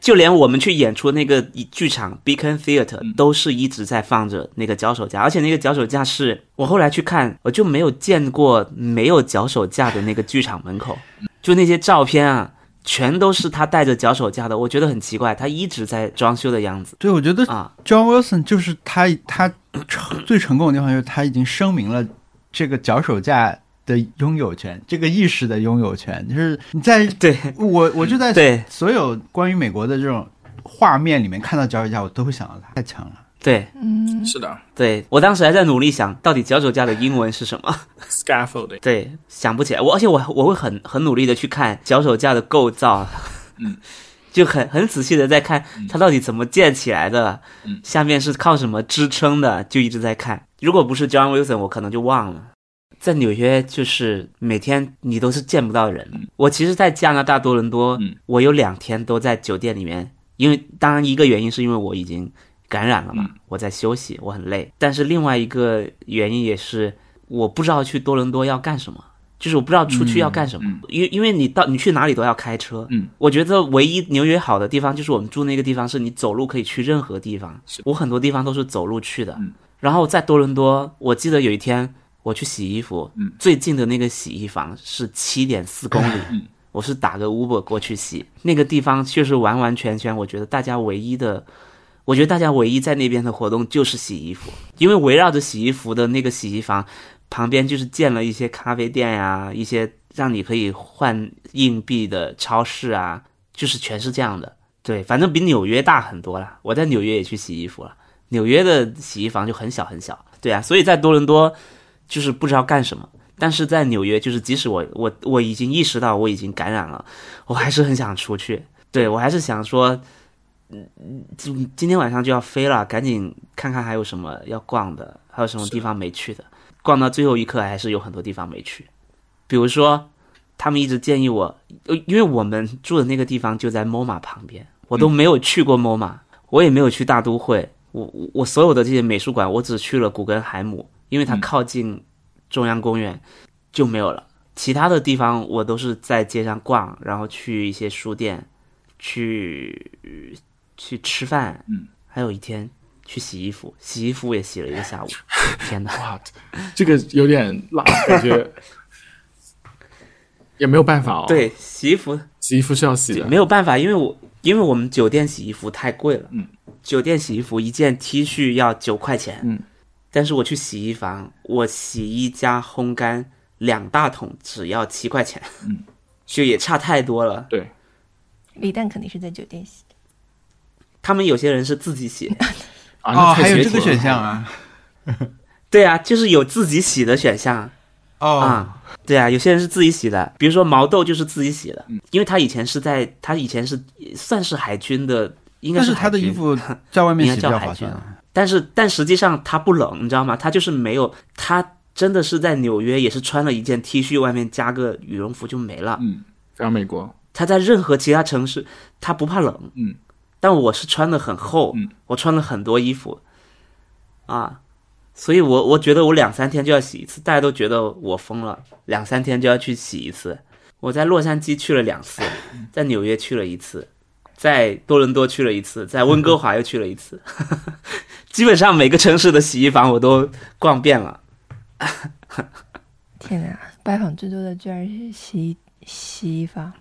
[SPEAKER 1] 就连我们去演出那个剧场 Beacon Theater 都是一直在放着那个脚手架，而且那个脚手架是我后来去看，我就没有见过没有脚手架的那个剧场门口，就那些照片啊，全都是他带着脚手架的，我觉得很奇怪，他一直在装修的样子
[SPEAKER 2] 对，我觉得
[SPEAKER 1] 啊。
[SPEAKER 2] John Wilson 就是他，他成最成功的地方就是他已经声明了这个脚手架的拥有权，这个意识的拥有权，就是你在
[SPEAKER 1] 对
[SPEAKER 2] 我我就在
[SPEAKER 1] 对
[SPEAKER 2] 所有关于美国的这种画面里面看到脚手架，我都会想到他，太强了。
[SPEAKER 1] 对
[SPEAKER 4] 嗯，
[SPEAKER 3] 是的
[SPEAKER 1] 对，我当时还在努力想到底脚手架的英文是什么。
[SPEAKER 3] ，scaffolding。
[SPEAKER 1] 对，想不起来。我而且我我会很很努力的去看脚手架的构造，
[SPEAKER 3] 嗯，
[SPEAKER 1] 就很很仔细的在看它到底怎么建起来的，
[SPEAKER 3] 嗯
[SPEAKER 1] 下面是靠什么支撑的，就一直在看。如果不是 John Wilson，我可能就忘了。在纽约，就是每天你都是见不到人。我其实，在加拿大多伦多，
[SPEAKER 3] 嗯
[SPEAKER 1] 我有两天都在酒店里面，因为当然一个原因是因为我已经感染了嘛，
[SPEAKER 3] 嗯
[SPEAKER 1] 我在休息，我很累。但是另外一个原因也是我不知道去多伦多要干什么，就是我不知道出去要干什么，
[SPEAKER 3] 嗯
[SPEAKER 1] 因因为你到你去哪里都要开车。
[SPEAKER 3] 嗯，
[SPEAKER 1] 我觉得唯一纽约好的地方就是我们住那个地方是你走路可以去任何地方，我很多地方都是走路去的。
[SPEAKER 3] 嗯
[SPEAKER 1] 然后在多伦多，我记得有一天我去洗衣服，
[SPEAKER 3] 嗯
[SPEAKER 1] 最近的那个洗衣房是七点四公 里，
[SPEAKER 3] 嗯
[SPEAKER 1] 我是打个 Uber 过去洗，那个地方就是完完全全，我觉得大家唯一的。我觉得大家唯一在那边的活动就是洗衣服，因为围绕着洗衣服的那个洗衣房旁边就是建了一些咖啡店呀、一些让你可以换硬币的超市啊，就是全是这样的。对，反正比纽约大很多啦。我在纽约也去洗衣服了，纽约的洗衣房就很小很小。对啊，所以在多伦多就是不知道干什么，但是在纽约就是即使我我我已经意识到我已经感染了，我还是很想出去。对我还是想说，嗯，今今天晚上就要飞了，赶紧看看还有什么要逛的，还有什么地方没去的。逛到最后一刻还是有很多地方没去，比如说他们一直建议我，呃因为我们住的那个地方就在 MoMA 旁边，我都没有去过 MoMA，、我也没有去大都会，我我我所有的这些美术馆，我只去了古根海姆，因为它
[SPEAKER 3] 嗯
[SPEAKER 1] 靠近中央公园，就没有了。其他的地方我都是在街上逛，然后去一些书店，去去吃饭，
[SPEAKER 3] 嗯，
[SPEAKER 1] 还有一天去洗衣服，洗衣服也洗了一个 下午，天哪！
[SPEAKER 3] 哇，这个有点辣，感 觉也没有办法哦。，啊
[SPEAKER 1] 对，洗衣服
[SPEAKER 3] 洗衣服是要洗的
[SPEAKER 1] 没。有办法，因为我因为我们酒店洗衣服太贵了，
[SPEAKER 3] 嗯，
[SPEAKER 1] 酒店洗衣服一件 T 恤要九块钱，
[SPEAKER 3] 嗯，
[SPEAKER 1] 但是我去洗衣房，我洗衣加烘干两大桶只要七块钱，
[SPEAKER 3] 嗯，
[SPEAKER 1] 就也差太多了。
[SPEAKER 3] 对，
[SPEAKER 4] 李诞肯定是在酒店洗的。
[SPEAKER 1] 他们有些人是自己洗，
[SPEAKER 3] 啊，那
[SPEAKER 2] 哦，
[SPEAKER 3] 太
[SPEAKER 2] 还有
[SPEAKER 3] 血
[SPEAKER 2] 这个
[SPEAKER 3] 腥了
[SPEAKER 2] 选项
[SPEAKER 1] 哎
[SPEAKER 2] 啊！
[SPEAKER 1] 对啊，就是有自己洗的选项，
[SPEAKER 2] 哦，
[SPEAKER 1] 啊、对啊，有些人是自己洗的，比如说毛豆就是自己洗的，
[SPEAKER 2] 嗯
[SPEAKER 1] 因为他以前是在他以前是算是海军的，应该
[SPEAKER 2] 但是
[SPEAKER 1] 海
[SPEAKER 2] 他的
[SPEAKER 1] 军
[SPEAKER 2] 衣，服在外面洗
[SPEAKER 1] 应
[SPEAKER 2] 比
[SPEAKER 1] 该叫
[SPEAKER 2] 较
[SPEAKER 1] 海
[SPEAKER 2] 划
[SPEAKER 1] 军
[SPEAKER 2] 算
[SPEAKER 1] 啊。但是但实际上他不冷，你知道吗？他就是没有，他真的是在纽约也是穿了一件 T 恤，外面加个羽绒服就没了。
[SPEAKER 3] 嗯，非常美国。
[SPEAKER 1] 他在任何其他城市他不怕冷，
[SPEAKER 3] 嗯，
[SPEAKER 1] 但我是穿的很厚，
[SPEAKER 3] 嗯，
[SPEAKER 1] 我穿了很多衣服，啊，所以我我觉得我两三天就要洗一次，大家都觉得我疯了，两三天就要去洗一次。我在洛杉矶去了两次，
[SPEAKER 3] 嗯
[SPEAKER 1] 在纽约去了一次，在多伦多去了一次，在温哥华又去了一次， 基本上每个城市的洗衣房我都逛遍了。
[SPEAKER 4] 天哪，拜访最多的居然是洗衣洗衣房。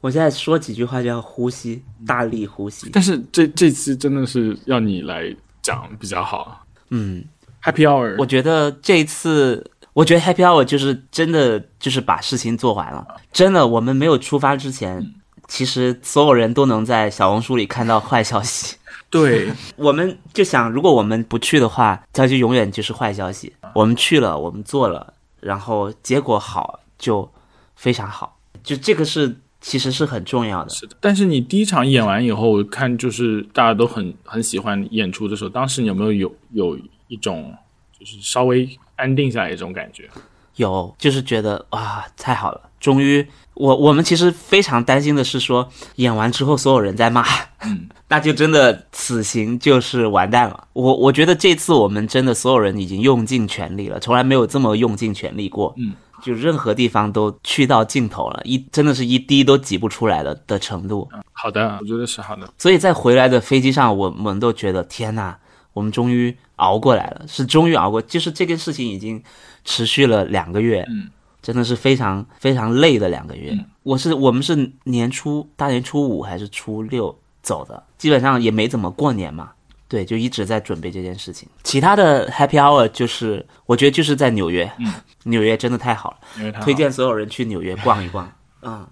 [SPEAKER 1] 我现在说几句话就要呼吸，
[SPEAKER 3] 嗯
[SPEAKER 1] 大力呼吸。
[SPEAKER 3] 但是这这期真的是要你来讲比较好。
[SPEAKER 1] 嗯，
[SPEAKER 3] Happy Hour，
[SPEAKER 1] 我觉得这一次，我觉得 Happy Hour 就是真的就是把事情做完了。真的，我们没有出发之前，其实所有人都能在小红书里看到坏消息。
[SPEAKER 3] 对，
[SPEAKER 1] 我们就想，如果我们不去的话，它就永远就是坏消息。我们去了，我们做了，然后结果好就非常好，就这个是其实是很重要的。
[SPEAKER 3] 是的。但是你第一场演完以后，我看就是大家都很很喜欢演出的时候，当时你有没有有有一种就是稍微安定下来的这种感觉？
[SPEAKER 1] 有，就是觉得哇，太好了，终于，我我们其实非常担心的是说，演完之后所有人在骂，
[SPEAKER 3] 嗯，
[SPEAKER 1] 那就真的此行就是完蛋了。我我觉得这次我们真的所有人已经用尽全力了，从来没有这么用尽全力过，
[SPEAKER 3] 嗯，
[SPEAKER 1] 就任何地方都去到尽头了，一真的是一滴都挤不出来的的程度。
[SPEAKER 3] 好的，我觉得是好的。
[SPEAKER 1] 所以在回来的飞机上，我们都觉得天呐，我们终于熬过来了，是终于熬过，就是这件事情已经持续了两个月，
[SPEAKER 3] 嗯，
[SPEAKER 1] 真的是非常非常累的两个月。我是我们是年初大年初五还是初六走的，基本上也没怎么过年嘛。对，就一直在准备这件事情。其他的 Happy Hour 就是，我觉得就是在纽约，
[SPEAKER 3] 嗯
[SPEAKER 1] 纽约真的太好了。
[SPEAKER 3] 因为他
[SPEAKER 1] 推荐所有人去纽约逛一逛。嗯，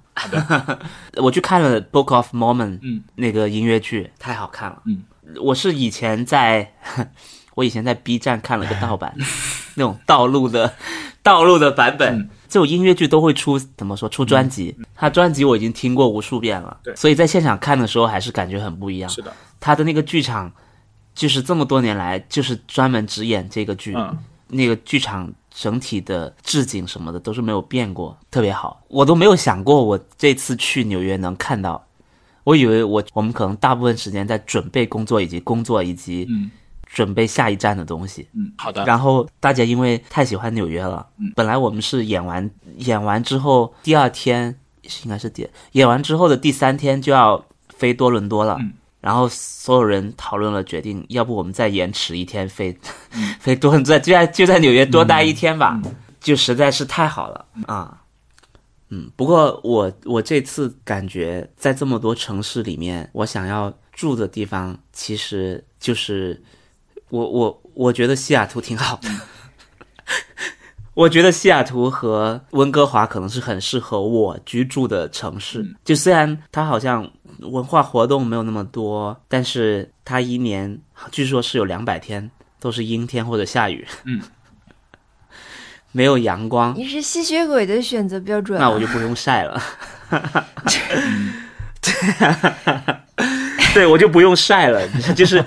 [SPEAKER 1] 我去看了《Book of Mormon》，
[SPEAKER 3] 嗯，
[SPEAKER 1] 那个音乐剧太好看了。
[SPEAKER 3] 嗯，
[SPEAKER 1] 我是以前在， 我以前在 B 站看了个盗版， 那种道路的道路的版本。
[SPEAKER 3] 嗯
[SPEAKER 1] 这种音乐剧都会出怎么说出专辑，他专辑我已经听过无数遍了，
[SPEAKER 3] 对
[SPEAKER 1] 所以在现场看的时候还是感觉很不一样。
[SPEAKER 3] 是的，
[SPEAKER 1] 他的那个剧场，就是这么多年来就是专门只演这个剧，
[SPEAKER 3] 嗯，
[SPEAKER 1] 那个剧场整体的置景什么的都是没有变过，特别好。我都没有想过我这次去纽约能看到，我以为我我们可能大部分时间在准备工作以及工作以及
[SPEAKER 3] 嗯
[SPEAKER 1] 准备下一站的东西。
[SPEAKER 3] 嗯，好 的，嗯
[SPEAKER 1] 然后大家因为太喜欢纽约了，本来我们是演完演完之后第二天是应该是第演完之后的第三天就要飞多伦多了，
[SPEAKER 3] 嗯
[SPEAKER 1] 然后所有人讨论了决定，要不我们再延迟一天飞、
[SPEAKER 3] 嗯
[SPEAKER 1] 飞多伦多，就在就在纽约多待一天吧，就实在是太好了啊。嗯，不过我我这次感觉在这么多城市里面，我想要住的地方其实就是我我我觉得西雅图挺好的， 我觉得西雅图和温哥华可能是很适合我居住的城市。就虽然它好像文化活动没有那么多，但是它一年据说是有两百天都是阴天或者下雨，
[SPEAKER 3] 嗯，
[SPEAKER 1] 没有阳光，
[SPEAKER 4] 你是吸血鬼的选择标准、啊，
[SPEAKER 1] 那我就不用晒了。 对，我就不用晒了，就是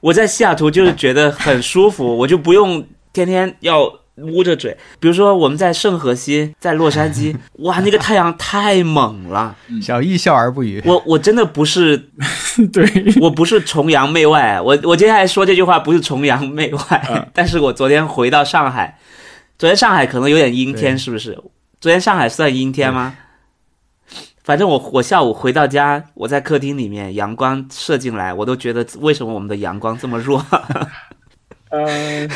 [SPEAKER 1] 我在西雅图就是觉得很舒服，我就不用天天要捂着嘴。比如说我们在圣荷西，在洛杉矶，哇，那个太阳太猛了，
[SPEAKER 2] 小易笑而不语。
[SPEAKER 1] 我我真的不是
[SPEAKER 3] 对，
[SPEAKER 1] 我不是崇洋媚外， 我我接下来说这句话不是崇洋媚外，
[SPEAKER 3] 嗯
[SPEAKER 1] 但是我昨天回到上海，昨天上海可能有点阴天，
[SPEAKER 2] 对
[SPEAKER 1] 是不是？昨天上海算阴天吗？反正我我下午回到家，我在客厅里面，阳光射进来，我都觉得为什么我们的阳光这么弱？
[SPEAKER 3] 呃，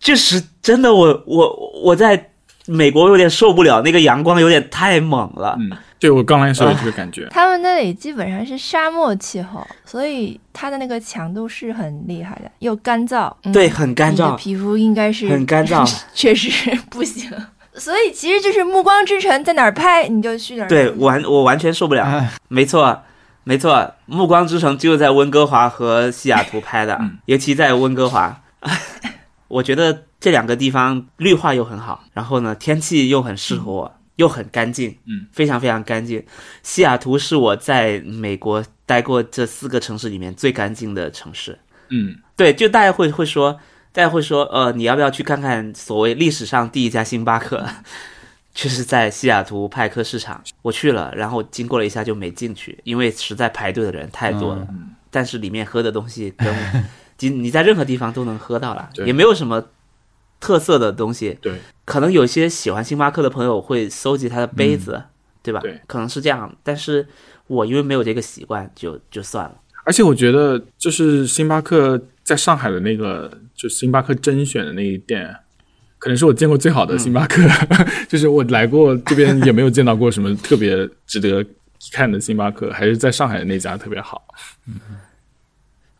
[SPEAKER 1] 就是真的我，我我在美国有点受不了，那个阳光有点太猛了。
[SPEAKER 3] 嗯，对我刚来时候有这个感觉，
[SPEAKER 4] 他们那里基本上是沙漠气候，所以它的那个强度是很厉害的，又干燥。嗯、
[SPEAKER 1] 对，，很干
[SPEAKER 4] 你的
[SPEAKER 1] 燥，
[SPEAKER 4] 皮肤应该是
[SPEAKER 1] 很干燥。
[SPEAKER 4] 确实不行。 所以其实就是《暮光之城》在哪儿拍你就去哪儿。
[SPEAKER 1] 对，完我完全受不了。
[SPEAKER 2] 哎
[SPEAKER 1] 没错，没错，《暮光之城》就在温哥华和西雅图拍的，
[SPEAKER 3] 嗯
[SPEAKER 1] 尤其在温哥华， 我觉得这两个地方绿化又很好，然后呢，天气又很适合我，又很干净，
[SPEAKER 3] 嗯，
[SPEAKER 1] 非常非常干净。西雅图是我在美国待过这四个城市里面最干净的城市。
[SPEAKER 3] 嗯，
[SPEAKER 1] 对，就大家会会说，大家会说，呃，你要不要去看看所谓历史上第一家星巴克，就是在西雅图派克市场。我去了，然后经过了一下就没进去，因为实在排队的人太多了。
[SPEAKER 3] 嗯
[SPEAKER 1] 但是里面喝的东西跟你你在任何地方都能喝到了，
[SPEAKER 3] 对
[SPEAKER 1] 也没有什么特色的东西。
[SPEAKER 3] 对，
[SPEAKER 1] 可能有些喜欢星巴克的朋友会搜集它的杯子，对吧？
[SPEAKER 3] 嗯对
[SPEAKER 1] 可能是这样。但是我因为没有这个习惯，就就算了。
[SPEAKER 3] 而且我觉得就是星巴克在上海的那个，就星巴克甄选的那一店。可能是我见过最好的星巴克， 就是我来过这边也没有见到过什么特别值得一看的星巴克，还是在上海的那家特别好。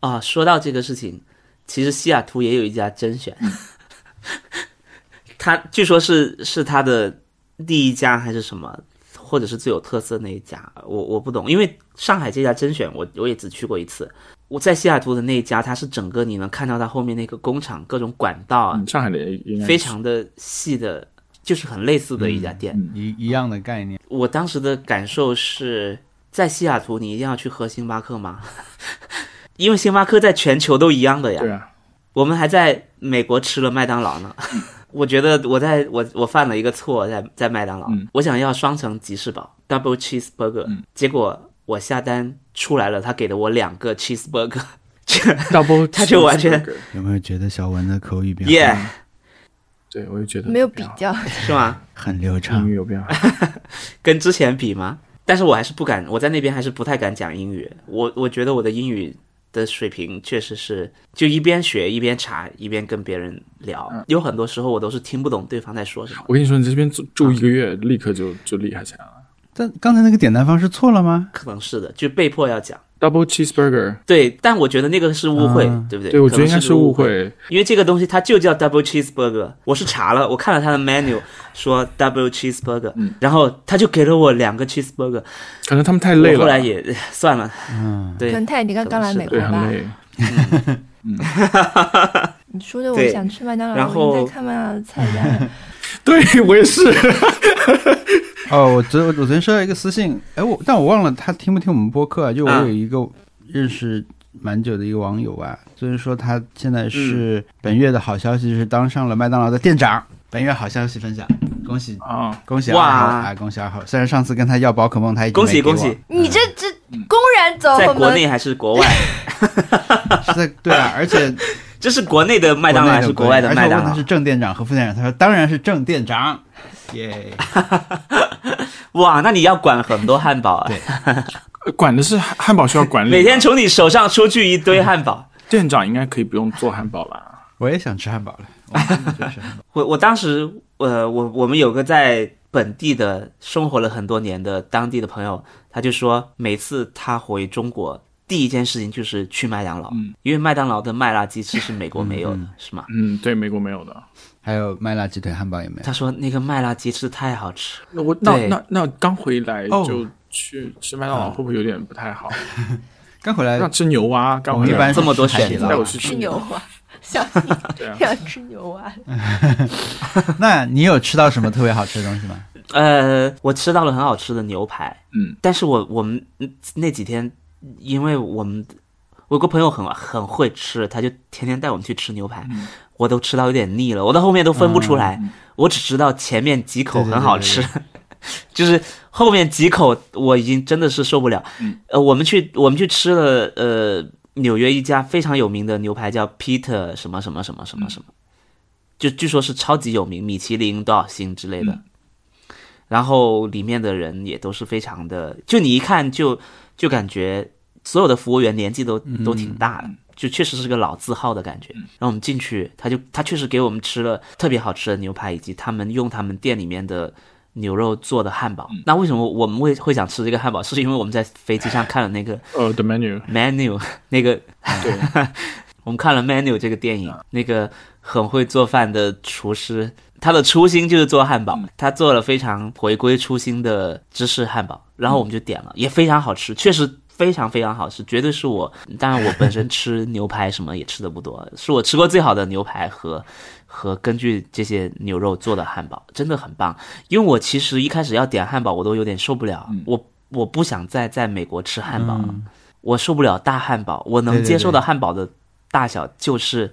[SPEAKER 1] 啊，说到这个事情，其实西雅图也有一家甄选，
[SPEAKER 3] 嗯
[SPEAKER 1] 他据说是是他的第一家还是什么，或者是最有特色那一家，我我不懂，因为上海这家甄选我我也只去过一次，我在西雅图的那一家，它是整个你能看到它后面那个工厂各种管道啊，
[SPEAKER 3] 嗯，上海的也应该是嗯
[SPEAKER 1] 非常的细的，就是很类似的一家店。
[SPEAKER 2] 一一样的概念，
[SPEAKER 1] 我当时的感受是在西雅图，你一定要去喝星巴克吗？ 因为星巴克在全球都一样的呀。
[SPEAKER 3] 对啊，
[SPEAKER 1] 我们还在美国吃了麦当劳呢。我觉得我在我我犯了一个错，在在麦当劳，
[SPEAKER 3] 嗯
[SPEAKER 1] 我想要双层吉士堡 （double cheeseburger），、结果我下单出来了，他给了我两个 cheeseburger，
[SPEAKER 3] double
[SPEAKER 1] 他就完全
[SPEAKER 3] cheeseburger
[SPEAKER 2] 有没有觉得小文的口语变
[SPEAKER 1] yeah，
[SPEAKER 3] 对我也觉得
[SPEAKER 4] 没有比
[SPEAKER 3] 较，
[SPEAKER 4] 较，
[SPEAKER 1] 是吗？
[SPEAKER 2] 很流
[SPEAKER 3] 英
[SPEAKER 2] 畅。
[SPEAKER 3] 语有必要。
[SPEAKER 1] 跟之前比吗？但是我还是不敢，我在那边还是不太敢讲英语。我我觉得我的英语的水平确实是，就一边学一边查，一边跟别人聊。有很多时候我都是听不懂对方在说什么。
[SPEAKER 3] 我跟你说，你这边住住一个月，立刻就就厉害起来了。
[SPEAKER 2] 但刚才那个点单方式错了吗？
[SPEAKER 1] 可能是的，就被迫要讲。
[SPEAKER 3] Double cheeseburger，
[SPEAKER 1] 对，但我觉得那个是误会，
[SPEAKER 2] 啊
[SPEAKER 1] 对不对？
[SPEAKER 3] 对我觉得应该
[SPEAKER 1] 可能
[SPEAKER 3] 是
[SPEAKER 1] 是
[SPEAKER 3] 误
[SPEAKER 1] 会，
[SPEAKER 3] 会。
[SPEAKER 1] 因为这个东西它就叫 double cheeseburger。我是查了，我看了它的 menu，说 double cheeseburger，、然后他就给了我两个 cheeseburger，
[SPEAKER 3] 可能他们太累
[SPEAKER 1] 我后
[SPEAKER 3] 了，
[SPEAKER 1] 来也算了，
[SPEAKER 2] 嗯，
[SPEAKER 1] 对
[SPEAKER 4] 可，能太你刚刚来美国
[SPEAKER 3] 对，很
[SPEAKER 4] 吧？
[SPEAKER 3] 累。
[SPEAKER 4] 你说的我
[SPEAKER 1] 对
[SPEAKER 4] 想吃麦当
[SPEAKER 1] 然
[SPEAKER 4] 劳，
[SPEAKER 1] 后
[SPEAKER 4] 我应该看麦当劳的菜 单。
[SPEAKER 3] 对我也是，
[SPEAKER 2] 哦，我昨我昨天收到一个私信，哎，我但我忘了他听不听我们播客啊。就我
[SPEAKER 1] 啊
[SPEAKER 2] 有一个认识蛮久的一个网友吧，就是说他现在
[SPEAKER 1] 嗯
[SPEAKER 2] 是本月的好消息是当上了麦当劳的店长。本月好消息分享，恭喜
[SPEAKER 3] 啊，
[SPEAKER 2] 恭喜二
[SPEAKER 1] 哇
[SPEAKER 2] 号啊，恭喜二号！虽然上次跟他要宝可梦，他已经
[SPEAKER 1] 恭
[SPEAKER 2] 没
[SPEAKER 1] 喜
[SPEAKER 2] 给我
[SPEAKER 1] 恭喜！，
[SPEAKER 4] 你这这公然走
[SPEAKER 1] 在
[SPEAKER 4] 我
[SPEAKER 1] 国
[SPEAKER 4] 们
[SPEAKER 1] 内还是国外？
[SPEAKER 2] 是在对啊，而且
[SPEAKER 1] 这是国内的麦当劳还是国外的麦
[SPEAKER 2] 而且我
[SPEAKER 1] 当
[SPEAKER 2] 问他
[SPEAKER 1] 劳
[SPEAKER 2] 是？正店长和副店长，他说当然是正店长，耶、
[SPEAKER 1] 哇，那你要管很多汉堡啊
[SPEAKER 2] 对！
[SPEAKER 3] 呃管的是汉汉堡需要管理的，
[SPEAKER 1] 每天从你手上出去一堆汉堡。
[SPEAKER 3] 店长应该可以不用做汉堡吧？
[SPEAKER 2] 我也想吃汉堡了，我真的觉得是汉堡
[SPEAKER 1] 我我当时，呃，我我们有个在本地的生活了很多年的当地的朋友，他就说，每次他回中国，第一件事情就是去麦当劳，
[SPEAKER 3] 嗯
[SPEAKER 1] 因为麦当劳的麦辣鸡翅是美国没有的，是吗？
[SPEAKER 3] 嗯，对，美国没有的。
[SPEAKER 2] 还有麦辣鸡腿汉堡也没有。
[SPEAKER 1] 他说那个麦辣鸡翅太好吃了，
[SPEAKER 3] 那我那
[SPEAKER 1] 对啊
[SPEAKER 3] 那那刚回来
[SPEAKER 2] 哦
[SPEAKER 3] 就去吃麦当劳，会不会有点不太好？
[SPEAKER 2] 刚
[SPEAKER 1] 哎
[SPEAKER 2] 回来，
[SPEAKER 3] 让吃牛蛙，刚
[SPEAKER 2] 我
[SPEAKER 3] 回
[SPEAKER 2] 们一
[SPEAKER 3] 来
[SPEAKER 2] 般
[SPEAKER 1] 这么多
[SPEAKER 2] 选
[SPEAKER 1] 选
[SPEAKER 3] 带我
[SPEAKER 2] 择。
[SPEAKER 3] 去
[SPEAKER 4] 吃牛
[SPEAKER 3] 牛。
[SPEAKER 4] 蛙，想你
[SPEAKER 3] 对啊，
[SPEAKER 4] 想吃牛蛙，
[SPEAKER 2] 那你有吃到什么特别好吃的东西吗？
[SPEAKER 1] 呃，我吃到了很好吃的牛排，
[SPEAKER 3] 嗯，
[SPEAKER 1] 但是我我们嗯那几天，因为我们我有个朋友很很会吃，他就天天带我们去吃牛排，
[SPEAKER 3] 嗯
[SPEAKER 1] 我都吃到有点腻了，我到后面都分不出来，我只知道前面几口
[SPEAKER 2] 对对对
[SPEAKER 1] 很好吃， 就是后面几口我已经真的是受不了。
[SPEAKER 3] 嗯
[SPEAKER 1] 呃，我们去我们去吃了呃纽约一家非常有名的牛排，叫 Peter 什么什么什么什么什
[SPEAKER 3] 嗯
[SPEAKER 1] 么，就据说是超级有名，米其林多少星之类的。
[SPEAKER 3] 嗯
[SPEAKER 1] 然后里面的人也都是非常的，就你一看就就感觉所有的服务员年纪都都挺大的，就确实是个老字号的感觉。然后我们进去，他就他确实给我们吃了特别好吃的牛排，以及他们用他们店里面的牛肉做的汉堡。那为什么我们会会想吃这个汉堡？是因为我们在飞机上看了那个
[SPEAKER 3] 呃，the menu，
[SPEAKER 1] menu 那个
[SPEAKER 3] 对，
[SPEAKER 1] 我们看了《Menu》这个电影，那个很会做饭的厨师，他的初心就是做汉堡，他做了非常回归初心的芝士汉堡，然后我们就点了，也非常好吃，确实。非常非常好吃，绝对是我。当然，我本身吃牛排什么也吃的不多， 是我吃过最好的牛排和和根据这些牛肉做的汉堡，真的很棒。因为我其实一开始要点汉堡，我都有点受不了，我我不想再在美国吃汉堡了，
[SPEAKER 2] 嗯
[SPEAKER 1] 我受不了大汉堡，我
[SPEAKER 2] 对
[SPEAKER 1] 能
[SPEAKER 2] 对
[SPEAKER 1] 接受
[SPEAKER 2] 对
[SPEAKER 1] 到汉堡的大小就是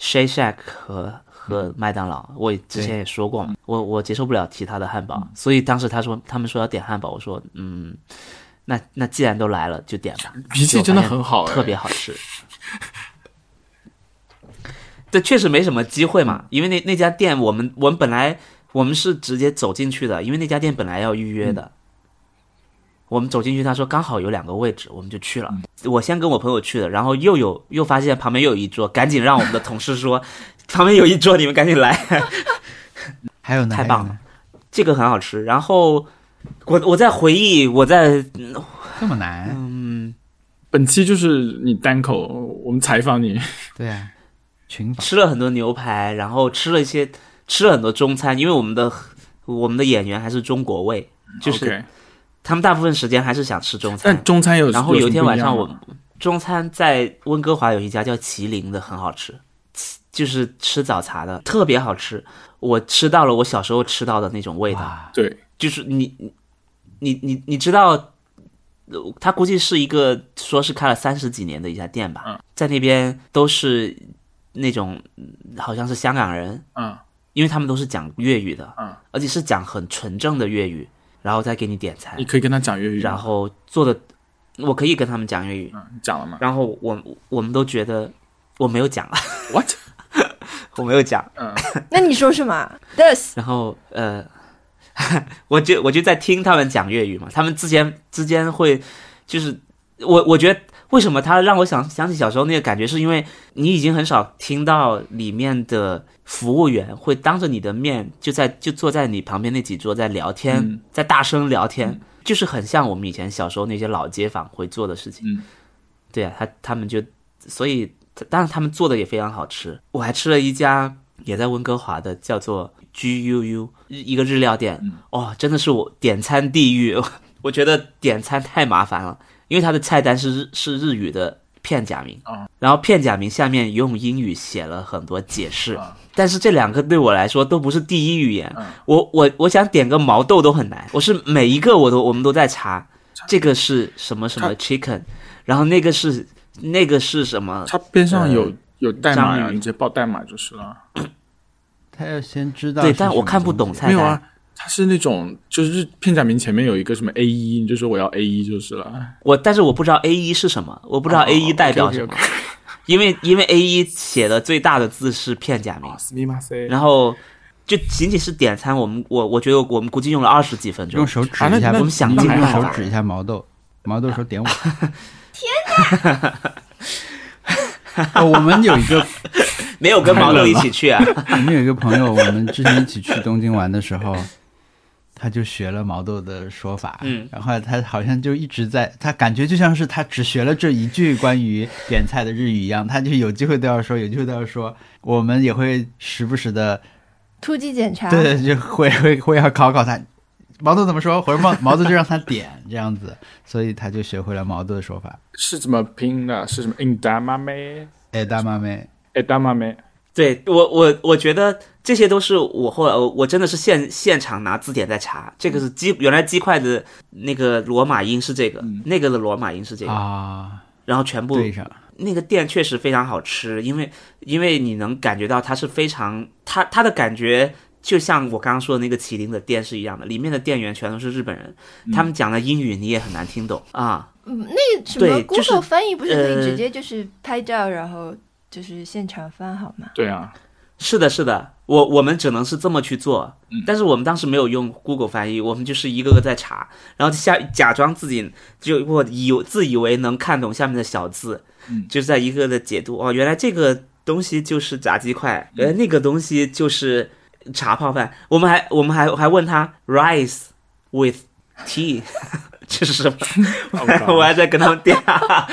[SPEAKER 1] Shake Shack 和和
[SPEAKER 2] 嗯
[SPEAKER 1] 麦当劳。我也之前也说过嘛，我我接受不了其他的汉
[SPEAKER 2] 嗯
[SPEAKER 1] 堡，所以当时他说他们说要点汉堡，我说嗯，那那既然都来了就点吧。
[SPEAKER 3] 脾气真的很好，哎
[SPEAKER 1] 特别好吃。对，确实没什么机会嘛，因为那那家店我们我们本来我们是直接走进去的，因为那家店本来要预约的。我们走进去，他说刚好有两个位置，我们就去了。我先跟我朋友去的，然后又有又发现旁边又有一桌，赶紧让我们的同事说旁边有一桌，你们赶紧来。
[SPEAKER 2] 还有呢？
[SPEAKER 1] 太
[SPEAKER 2] 还有
[SPEAKER 1] 棒
[SPEAKER 2] 呢
[SPEAKER 1] 了！这个很好吃。然后我我在回忆我在
[SPEAKER 2] 这么难？
[SPEAKER 1] 嗯
[SPEAKER 3] 本期就是你单口，我们采访你，
[SPEAKER 2] 对啊，群访
[SPEAKER 1] 吃了很多牛排，然后吃了一些吃了很多中餐，因为我们的我们的演员还是中国胃， 就是
[SPEAKER 3] OK
[SPEAKER 1] 他们大部分时间还是想吃中餐
[SPEAKER 3] 但。中餐有，
[SPEAKER 1] 然后有
[SPEAKER 3] 有
[SPEAKER 1] 一
[SPEAKER 3] 什
[SPEAKER 1] 天
[SPEAKER 3] 么不
[SPEAKER 1] 晚
[SPEAKER 3] 一样
[SPEAKER 1] 上我
[SPEAKER 3] 吗
[SPEAKER 1] 中餐在温哥华有一家叫麒麟的，很好吃，其就是吃早茶的，特别好吃。我吃到了我小时候吃到的那种味道，
[SPEAKER 2] 哇，
[SPEAKER 3] 对
[SPEAKER 1] 就是你你你你你知道，呃他估计是一个说是开了三十几年的一家店吧，
[SPEAKER 3] 嗯
[SPEAKER 1] 在那边都是那种嗯好像是香港人，
[SPEAKER 3] 嗯，
[SPEAKER 1] 因为他们都是讲粤语的，
[SPEAKER 3] 嗯，
[SPEAKER 1] 而且是讲很纯正的粤语，然后再给你点菜
[SPEAKER 3] 你，可以跟他讲粤
[SPEAKER 1] 哎
[SPEAKER 3] 语吗，
[SPEAKER 1] 然后做的，我可以跟他们讲粤语，
[SPEAKER 3] 嗯，你讲了吗
[SPEAKER 1] 然后我我们都觉得我没有讲，
[SPEAKER 3] ？What？
[SPEAKER 1] 我没有讲。
[SPEAKER 3] 嗯，
[SPEAKER 4] 那你说什么？This
[SPEAKER 1] 然后呃， 我就我就在听他们讲粤语嘛，他们之间之间会就是我我觉得为什么他让我想想起小时候那个感觉，是因为你已经很少听到里面的服务员会当着你的面就在就坐在你旁边那几桌在聊天，
[SPEAKER 3] 嗯
[SPEAKER 1] 在大声聊天，就是很像我们以前小时候那些老街坊会做的事情。
[SPEAKER 3] 嗯
[SPEAKER 1] 对啊，他他们就所以当然他们做的也非常好吃，我还吃了一家也在温哥华的叫做 G U U 一个日料店，
[SPEAKER 3] 嗯
[SPEAKER 1] 哦，真的是我点餐地狱， 我觉得点餐太麻烦了，因为它的菜单是日是日语的片假名，
[SPEAKER 3] 啊
[SPEAKER 1] 然后片假名下面用英语写了很多解释，
[SPEAKER 3] 啊
[SPEAKER 1] 但是这两个对我来说都不是第一语言，
[SPEAKER 3] 嗯
[SPEAKER 1] 我我我想点个毛豆都很难，我是每一个我都我们都在查，这个是什么什么 chicken，然后那个是那个是什么，
[SPEAKER 3] 它边上有、有代码呀、
[SPEAKER 1] 呃章鱼
[SPEAKER 3] 你直接报代码就是了。
[SPEAKER 2] 他要先知道是
[SPEAKER 1] 对，
[SPEAKER 2] 什么东
[SPEAKER 1] 但
[SPEAKER 2] 西。
[SPEAKER 1] 我看不懂菜
[SPEAKER 3] 没
[SPEAKER 1] 单，
[SPEAKER 3] 有啊，它是那种就是片假名前面有一个什么 A 一，你就说我要 A 一就是了。
[SPEAKER 1] 我但是我不知道 A 一是什么，我
[SPEAKER 3] 哦
[SPEAKER 1] 不知道 A 一代表什么，因为因为 A 一写的最大的字是片假名
[SPEAKER 3] 啊，，斯密马塞。
[SPEAKER 1] 然后就仅仅是点餐，我们我我觉得我们估计用了二十几分钟
[SPEAKER 2] 用，手指
[SPEAKER 3] 啊那
[SPEAKER 2] 一下，
[SPEAKER 3] 那
[SPEAKER 1] 我们想尽
[SPEAKER 2] 用
[SPEAKER 1] 办
[SPEAKER 2] 手
[SPEAKER 1] 法，
[SPEAKER 2] 指一下毛豆，毛豆说点 我。 天哪！ 哦，我们有一个，
[SPEAKER 1] 没有跟毛豆一起去啊，
[SPEAKER 2] 我们有一个朋友，我们之前一起去东京玩的时候，他就学了毛豆的说法，
[SPEAKER 1] 嗯
[SPEAKER 2] 然后他好像就一直在，他感觉就像是他只学了这一句关于点菜的日语一样，他就有机会都要说，有机会都要说，我们也会时不时的
[SPEAKER 4] 突击检查，
[SPEAKER 2] 对，就会会会要考考他，毛豆怎么说，或者毛毛豆就让他点这样子，所以他就学会了毛豆的说法。
[SPEAKER 3] 是怎么拼音的？是什么 i n d a m a m e
[SPEAKER 2] 哎，大妈妹，
[SPEAKER 3] e d a m a m e
[SPEAKER 1] 对我我我觉得这些都是我后来我我真的是现现场拿字典在查，这个是鸡原来鸡块的那个罗马音是这个，那个的罗马音是这个，
[SPEAKER 2] 嗯啊，
[SPEAKER 1] 然后全部
[SPEAKER 2] 对上了，，
[SPEAKER 1] 那个店确实非常好吃，因为因为你能感觉到它是非常它它的感觉。就像我刚刚说的那个麒麟的店是一样的，里面的店员全都是日本人，他们讲的英语你也很难听懂啊。
[SPEAKER 4] 嗯，那什么
[SPEAKER 1] 对就是
[SPEAKER 4] Google 翻译不是可以
[SPEAKER 1] 呃
[SPEAKER 4] 直接就是拍照，然后就是现场翻好吗？
[SPEAKER 3] 对啊，
[SPEAKER 1] 是的，是的，我我们只能是这么去做，但是我们当时没有用 Google 翻译，我们就是一个个在查，然后下假装自己就我以自以为能看懂下面的小字，
[SPEAKER 3] 嗯
[SPEAKER 1] 就是在一个的解读哦，原来这个东西就是炸鸡块，原来那个东西就是茶泡饭，我们还我们还还问他 rice with tea 这是什么？
[SPEAKER 3] Oh
[SPEAKER 1] 我
[SPEAKER 3] God
[SPEAKER 1] 还在跟他们电话，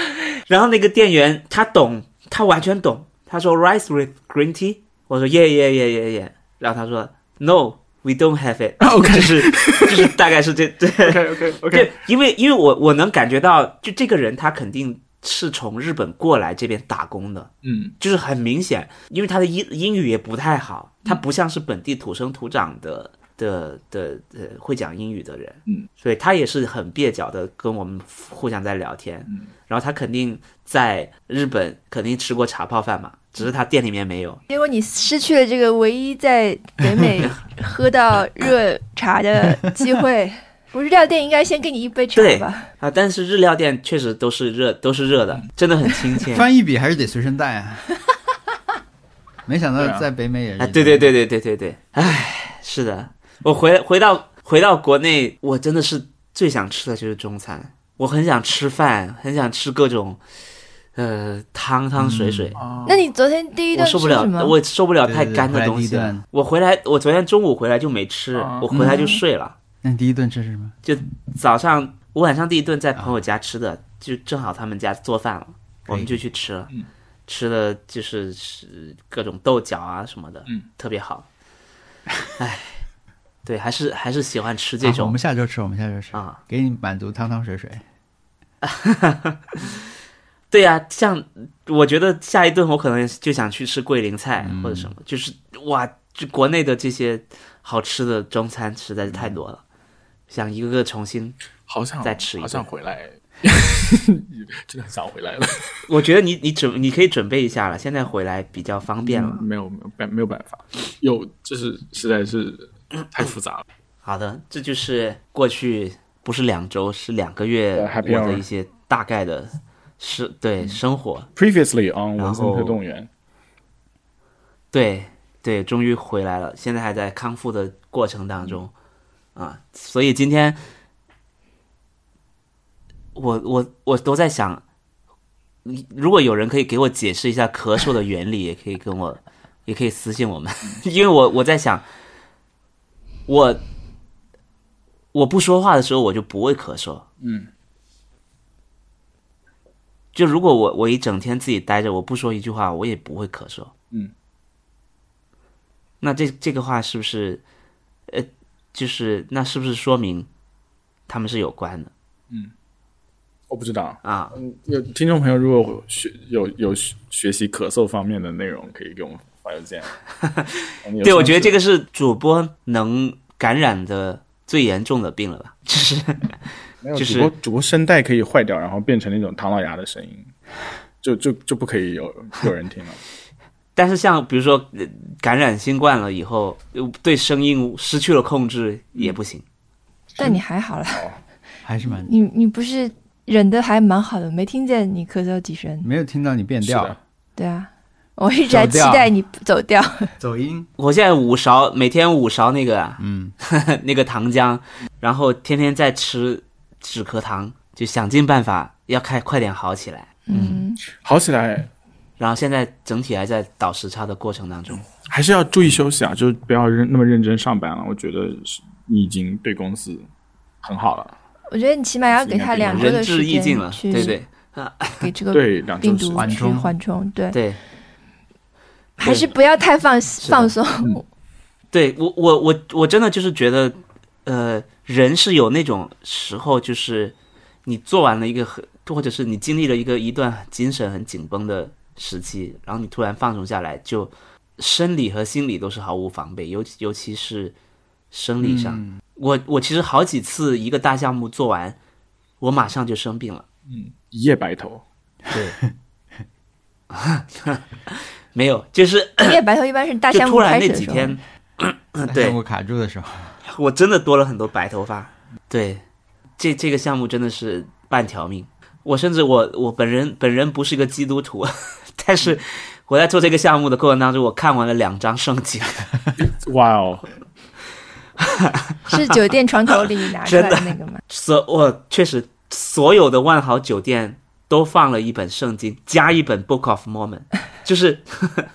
[SPEAKER 1] 然后那个店员他懂，他完全懂，他说 rice with green tea，我说 yeah yeah yeah yeah yeah，然后他说 no we don't have it，OK，、就是就是大概是这对
[SPEAKER 3] OK OK
[SPEAKER 1] 对
[SPEAKER 3] OK，，
[SPEAKER 1] 因为因为我我能感觉到，就这个人他肯定是从日本过来这边打工的，
[SPEAKER 3] 嗯
[SPEAKER 1] 就是很明显，因为他的英英语也不太好，他不像是本地土生土长的的的呃会讲英语的人，
[SPEAKER 3] 嗯，
[SPEAKER 1] 所以他也是很蹩脚的跟我们互相在聊天，
[SPEAKER 3] 嗯，
[SPEAKER 1] 然后他肯定在日本肯定吃过茶泡饭嘛，只是他店里面没有，
[SPEAKER 4] 结果你失去了这个唯一在 北美喝到热茶的 机会。不是料店应该先给你一杯茶
[SPEAKER 1] 对
[SPEAKER 4] 吧？
[SPEAKER 1] 啊，但是日料店确实都是热都是热的，
[SPEAKER 3] 嗯
[SPEAKER 1] 真的很亲切
[SPEAKER 2] 翻译笔还是得随身带 啊。没想
[SPEAKER 3] 对啊
[SPEAKER 2] 到在北美也是、
[SPEAKER 1] 啊，对对，对对对对对，唉，是的，我回回到回到国内，我真的是最想吃的就是中餐，我很想吃饭，很想吃各种，呃，汤汤水水，
[SPEAKER 3] 啊，
[SPEAKER 4] 那你昨天第一
[SPEAKER 1] 我
[SPEAKER 4] 顿吃
[SPEAKER 1] 受不
[SPEAKER 4] 什
[SPEAKER 1] 了，
[SPEAKER 4] 么？
[SPEAKER 1] 我受不了
[SPEAKER 2] 对
[SPEAKER 1] 太
[SPEAKER 2] 对对
[SPEAKER 1] 干的
[SPEAKER 2] 回来
[SPEAKER 1] 东
[SPEAKER 2] 第一
[SPEAKER 1] 西了
[SPEAKER 2] 顿
[SPEAKER 1] 我回来，我昨天中午回来就没吃，
[SPEAKER 3] 啊
[SPEAKER 1] 我回来
[SPEAKER 4] 嗯
[SPEAKER 1] 就睡了，
[SPEAKER 2] 那你第一顿吃是什么？
[SPEAKER 1] 早上我晚上第一顿在朋友家吃的，就正好他们家做饭了，我们就去吃了，
[SPEAKER 3] 嗯
[SPEAKER 1] 吃的就是是各种豆角啊什么的，
[SPEAKER 3] 嗯
[SPEAKER 1] 特别好。唉，对，还是还是喜欢吃这
[SPEAKER 2] 啊我
[SPEAKER 1] 种
[SPEAKER 2] 们下周吃，我们下周吃，
[SPEAKER 1] 啊。
[SPEAKER 2] 给你满足汤汤水水。
[SPEAKER 1] 对呀、像我觉得下一顿我可能就想去吃桂林菜或者什么，就是哇，就国内的这些好吃的中餐实在是太多了，想一个个重新
[SPEAKER 3] 好想
[SPEAKER 1] 再吃一顿
[SPEAKER 3] 好想回来， 真的很想回来了。
[SPEAKER 1] 我觉得你你准你可以准备一下了，现在回来比较方便了。
[SPEAKER 3] 没有没有办没有办法，有就是实在是太复杂了。
[SPEAKER 1] 好的，这就是过去不是两周，是两个月
[SPEAKER 3] 呃，happy
[SPEAKER 1] 我的
[SPEAKER 3] hour
[SPEAKER 1] 一些大概的是对生活。
[SPEAKER 3] Previously on
[SPEAKER 1] 然
[SPEAKER 3] 文
[SPEAKER 1] 后
[SPEAKER 3] 森特动员，
[SPEAKER 1] 对对，终于回来了，现在还在康复的过程当中啊，所以今天我我我都在想，如果有人可以给我解释一下咳嗽的原理，也可以跟我， 也可以私信我们， 因为我我在想，我我不说话的时候我就不会咳嗽，
[SPEAKER 3] 嗯，
[SPEAKER 1] 就如果我我一整天自己待着，我不说一句话，我也不会咳嗽。
[SPEAKER 3] 嗯，
[SPEAKER 1] 那这这个话是不是，呃，就是那是不是说明他们是有关的
[SPEAKER 3] 我不知道。
[SPEAKER 1] 啊？
[SPEAKER 3] 嗯，有听众朋友如果有学有有学学习咳嗽方面的内容，可以给我们发 邮件。
[SPEAKER 1] 对，我觉得这
[SPEAKER 3] 个
[SPEAKER 1] 个是主播能感染的最严重的病了吧？就是
[SPEAKER 3] 没有
[SPEAKER 1] 就是
[SPEAKER 3] 主播主播声带可以坏掉，然后变成那种唐老鸭的声音，就就就不可以有有人听了。
[SPEAKER 1] 但是像比如说呃感染新冠了以后，呃对声音失去了控制也不行。嗯
[SPEAKER 4] 但你还好啦，
[SPEAKER 2] 还是蛮
[SPEAKER 4] 你你不是忍的还蛮好的，没听见你咳嗽几声。
[SPEAKER 2] 没有听到你变
[SPEAKER 3] 是的
[SPEAKER 2] 调，
[SPEAKER 4] 对啊，我一直在
[SPEAKER 2] 走
[SPEAKER 4] 期
[SPEAKER 2] 调
[SPEAKER 4] 待你走掉。
[SPEAKER 2] 走音，
[SPEAKER 1] 我现在五勺，每天五勺那个啊
[SPEAKER 2] 嗯，
[SPEAKER 1] 那个糖浆，然后天天在吃止咳糖，就想尽办法要开快点好起来。
[SPEAKER 4] 嗯，
[SPEAKER 3] 好起来
[SPEAKER 1] 然后现在整体还在倒时差的过程当中。
[SPEAKER 4] 嗯
[SPEAKER 3] 还是要注意休息啊，就不要认那么认真上班了。我觉得是你已经对公司很好了，
[SPEAKER 4] 我觉得你起码要给他两周
[SPEAKER 1] 人
[SPEAKER 4] 的
[SPEAKER 1] 至
[SPEAKER 4] 时
[SPEAKER 1] 意
[SPEAKER 4] 间
[SPEAKER 1] 境了，
[SPEAKER 4] 去
[SPEAKER 1] 对对
[SPEAKER 4] 给
[SPEAKER 1] 呃
[SPEAKER 4] 这个
[SPEAKER 3] 对两周
[SPEAKER 4] 病
[SPEAKER 3] 时
[SPEAKER 4] 毒
[SPEAKER 3] 间
[SPEAKER 2] 缓
[SPEAKER 4] 去
[SPEAKER 2] 冲
[SPEAKER 4] 缓冲。对，
[SPEAKER 1] 对
[SPEAKER 4] 还是不要太放
[SPEAKER 1] 的
[SPEAKER 4] 放松。
[SPEAKER 1] 对，我我我我真的就是觉得，呃，人是有那种时候，就是你做完了一个很，或者是你经历了一个一段精神很紧绷的时期，然后你突然放松下来，就生理和心理都是毫无防备，尤尤其是生理
[SPEAKER 4] 嗯
[SPEAKER 1] 上。
[SPEAKER 2] 嗯
[SPEAKER 1] 我我其实好几次一个大项目做完，我马上就生病了。
[SPEAKER 3] 一夜白头。
[SPEAKER 1] 对， 没有，就是
[SPEAKER 4] 夜白头一般是大
[SPEAKER 1] 就
[SPEAKER 4] 项目
[SPEAKER 1] 突然
[SPEAKER 4] 开
[SPEAKER 1] 那
[SPEAKER 4] 始的
[SPEAKER 1] 几
[SPEAKER 4] 时候，
[SPEAKER 1] 天，
[SPEAKER 2] 项
[SPEAKER 1] 嗯对
[SPEAKER 2] 目哎卡住的时候，
[SPEAKER 1] 我真的多了很多白头发。对，这这个项目真的是半条命。我甚至我我本人本人不是个基督徒， 但是我在做这个项目的过程当中，我看完了两张圣经，
[SPEAKER 3] 哇哦，
[SPEAKER 4] 是酒店床头里拿出来的那个吗？
[SPEAKER 1] 所我确实所有的万豪酒店都放了一本圣经，加一本 Book of Mormon，就是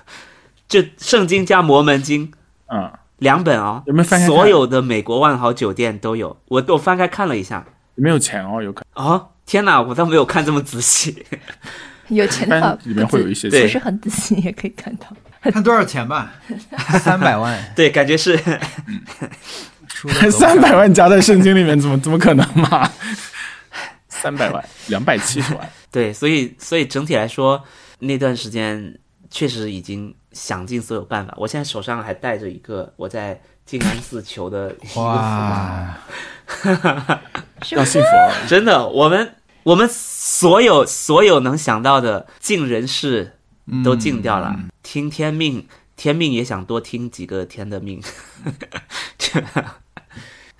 [SPEAKER 1] 就圣经加摩门经，
[SPEAKER 3] 嗯，
[SPEAKER 1] 两本哦，
[SPEAKER 3] 有没有翻开看
[SPEAKER 1] 所有的美国万豪酒店都有，我我翻开看了一下，
[SPEAKER 3] 里面有钱哦，有可
[SPEAKER 1] 哦，天哪，我倒没有看这么仔细，
[SPEAKER 4] 有钱的话
[SPEAKER 3] 能里面会有一些
[SPEAKER 1] 对
[SPEAKER 4] 不
[SPEAKER 3] 钱。
[SPEAKER 4] 是很仔细也可以看到。
[SPEAKER 2] 看多少钱吧，三百 万，
[SPEAKER 1] 对，感觉 是
[SPEAKER 2] 输了走
[SPEAKER 3] 三百万加在圣经里面，怎么怎么可能嘛？ 三百万，两百七十万，
[SPEAKER 1] 对，所以所以整体来说，那段时间确实已经想尽所有办法。我现在手上还带着一个我在静安寺求的一个符号，
[SPEAKER 2] 哇，
[SPEAKER 4] 是
[SPEAKER 3] 要幸福哦。
[SPEAKER 1] 真的，我们我们所有所有能想到的尽人事
[SPEAKER 2] 嗯
[SPEAKER 1] 都尽掉了，听天命，天命也想多听几个天的命，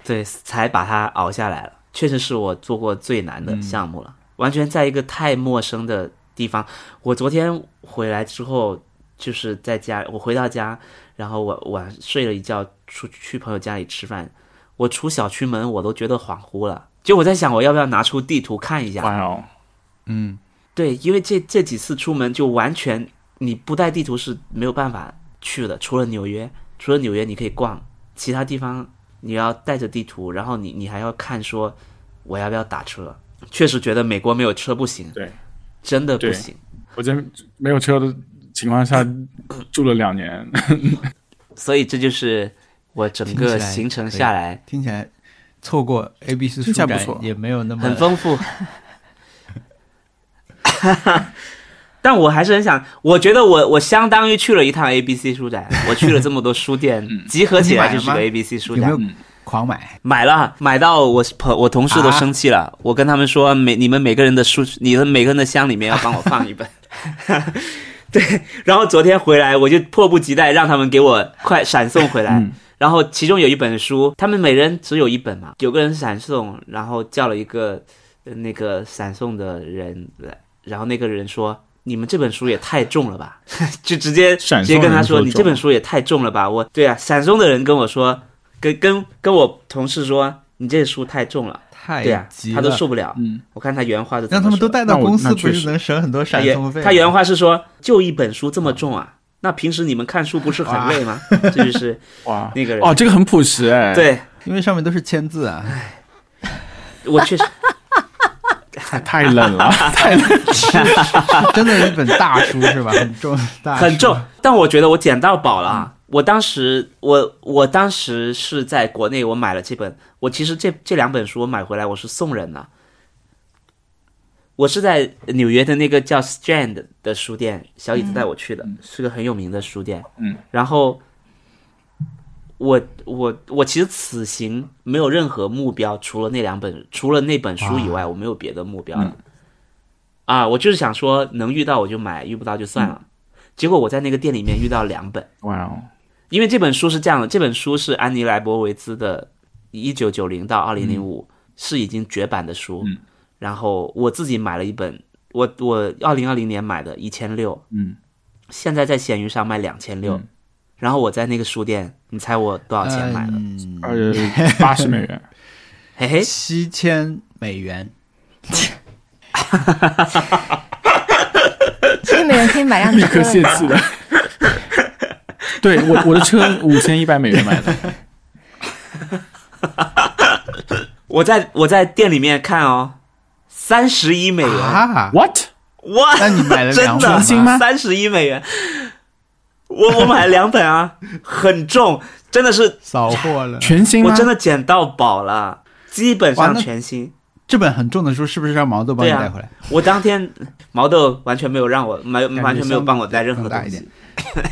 [SPEAKER 1] 对，才把它熬下来了。确实是我做过最难的项目了，完全在一个太陌生的地方。我昨天回来之后，就是在家，我回到家，然后我晚睡了一觉，出去朋友家里吃饭。我出小区门，我都觉得恍惚了。就我在想，我要不要拿出地图看一下？
[SPEAKER 3] 哇哦，
[SPEAKER 2] 嗯，
[SPEAKER 1] 对，因为这这几次出门就完全你不带地图是没有办法去的，除了纽约，除了纽约你可以逛，其他地方你要带着地图，然后你你还要看说我要不要打车。确实觉得美国没有车不行，
[SPEAKER 3] 对，
[SPEAKER 1] 真的不
[SPEAKER 3] 对
[SPEAKER 1] 行。
[SPEAKER 3] 我今天没有车的情况下住了两年，
[SPEAKER 1] 所以这就是我整
[SPEAKER 2] 听
[SPEAKER 1] 个
[SPEAKER 2] 起来
[SPEAKER 1] 行程
[SPEAKER 2] 可以
[SPEAKER 1] 下来
[SPEAKER 2] 听起来错过 A B C
[SPEAKER 3] 听
[SPEAKER 2] 书
[SPEAKER 3] 起来
[SPEAKER 2] 展
[SPEAKER 3] 不错
[SPEAKER 2] 也没有那么
[SPEAKER 1] 很丰富。 但我还是很想，我觉得我我相当于去了一趟 A B C 书展，我去了这么多书店，集合起来就是
[SPEAKER 2] 嗯你
[SPEAKER 1] 个
[SPEAKER 2] 买了吗
[SPEAKER 1] A B C 书
[SPEAKER 2] 有
[SPEAKER 1] 展
[SPEAKER 2] 没。有狂买？
[SPEAKER 1] 买了，买到我朋我同事都
[SPEAKER 2] 啊
[SPEAKER 1] 生气了，我跟他们说，每你们每个人的书，你们每个人的箱里面要帮我放一本。 对，然后昨天回来，我就迫不及待让他们给我快闪送回
[SPEAKER 3] 嗯
[SPEAKER 1] 来。然后其中有一本书，他们每人只有一本嘛，有个人闪送，然后叫了一个呃那个闪送的人来，然后那个人说：“你们这本书也太重了吧， 就直接
[SPEAKER 3] 闪
[SPEAKER 1] 直接
[SPEAKER 3] 送
[SPEAKER 1] 跟他
[SPEAKER 3] 人说
[SPEAKER 1] 说你这本
[SPEAKER 3] 重
[SPEAKER 1] 书也太重了吧。我对啊，闪送的人跟我说，跟跟跟我同事说你这书太重了，
[SPEAKER 2] 太
[SPEAKER 1] 对啊
[SPEAKER 2] 哎急，
[SPEAKER 1] 他
[SPEAKER 2] 了，
[SPEAKER 1] 都受不了。
[SPEAKER 3] 嗯，
[SPEAKER 1] 我看他原话是怎
[SPEAKER 2] 让
[SPEAKER 1] 么
[SPEAKER 2] 他们都
[SPEAKER 1] 说的
[SPEAKER 2] 带到
[SPEAKER 3] 那我
[SPEAKER 2] 公司，
[SPEAKER 3] 那
[SPEAKER 2] 不
[SPEAKER 3] 确
[SPEAKER 2] 是
[SPEAKER 3] 实
[SPEAKER 2] 能省很多
[SPEAKER 1] 他
[SPEAKER 2] 哎闪送
[SPEAKER 1] 原
[SPEAKER 2] 费吗？
[SPEAKER 1] 他原话是说就一本书这么重啊，那平时你们看书不是很累吗？这就是
[SPEAKER 3] 哇，
[SPEAKER 1] 那个人
[SPEAKER 3] 哦，这个很朴实哎，，
[SPEAKER 1] 对
[SPEAKER 2] 因为上面都是签字啊。
[SPEAKER 1] 我确实
[SPEAKER 3] 太冷了，
[SPEAKER 2] 真的是一本大书是吧？很重，大书
[SPEAKER 1] 很重，但我觉得我捡到宝了啊！我当时，我我当时是在国内，我买了这本，我其实这这两本书我买回来我是送人的，我是在纽约的那个叫 Strand 的书店，小椅子带我去的，是个很有名的书店，
[SPEAKER 3] 嗯，
[SPEAKER 1] 然后。我我我其实此行没有任何目标，除了那两本，除了那本书以外，我没有别的目标了。啊，我就是想说，能遇到我就买，遇不到就算了。结果我在那个店里面遇到两本，
[SPEAKER 3] 哇哦，
[SPEAKER 1] 因为这本书是这样的，这本书是安妮莱博维兹的，一九九零到二零零五是已经绝版的书，
[SPEAKER 3] 嗯
[SPEAKER 1] 然后我自己买了一本，我我二零二零年买的，一千六，
[SPEAKER 3] 嗯，
[SPEAKER 1] 现在在闲鱼上卖两千六
[SPEAKER 3] 嗯，
[SPEAKER 1] 然后我在那个书店，你猜我多少钱买的？哎
[SPEAKER 2] 嗯
[SPEAKER 3] 呃，八十美元，
[SPEAKER 1] 嘿嘿，
[SPEAKER 2] 七千美元，
[SPEAKER 4] 所以每人可以买辆
[SPEAKER 3] 立
[SPEAKER 4] 车
[SPEAKER 3] 刻泄
[SPEAKER 4] 了
[SPEAKER 3] 气的。对我我的车五千一百美元买的，
[SPEAKER 1] 我在我在店里面看哦，三十一美元，
[SPEAKER 2] 啊，
[SPEAKER 3] what？
[SPEAKER 1] 哇！
[SPEAKER 2] 那 你买了两
[SPEAKER 1] 真的
[SPEAKER 2] 本
[SPEAKER 3] 重新吗
[SPEAKER 1] 三十一美元，我我买了两本 啊，很重，真的是，
[SPEAKER 2] 扫货了。
[SPEAKER 3] 全新吗？
[SPEAKER 1] 我真的捡到宝了，基本
[SPEAKER 2] 哇
[SPEAKER 1] 上
[SPEAKER 2] 那
[SPEAKER 1] 全新。
[SPEAKER 2] 这本很重的书是不是让毛豆帮你
[SPEAKER 1] 对啊
[SPEAKER 2] 带回来？
[SPEAKER 1] 我当天毛豆完全没有让我没
[SPEAKER 2] 觉
[SPEAKER 1] 完全没有帮我带任何
[SPEAKER 2] 更大
[SPEAKER 1] 东
[SPEAKER 2] 一点
[SPEAKER 1] 西，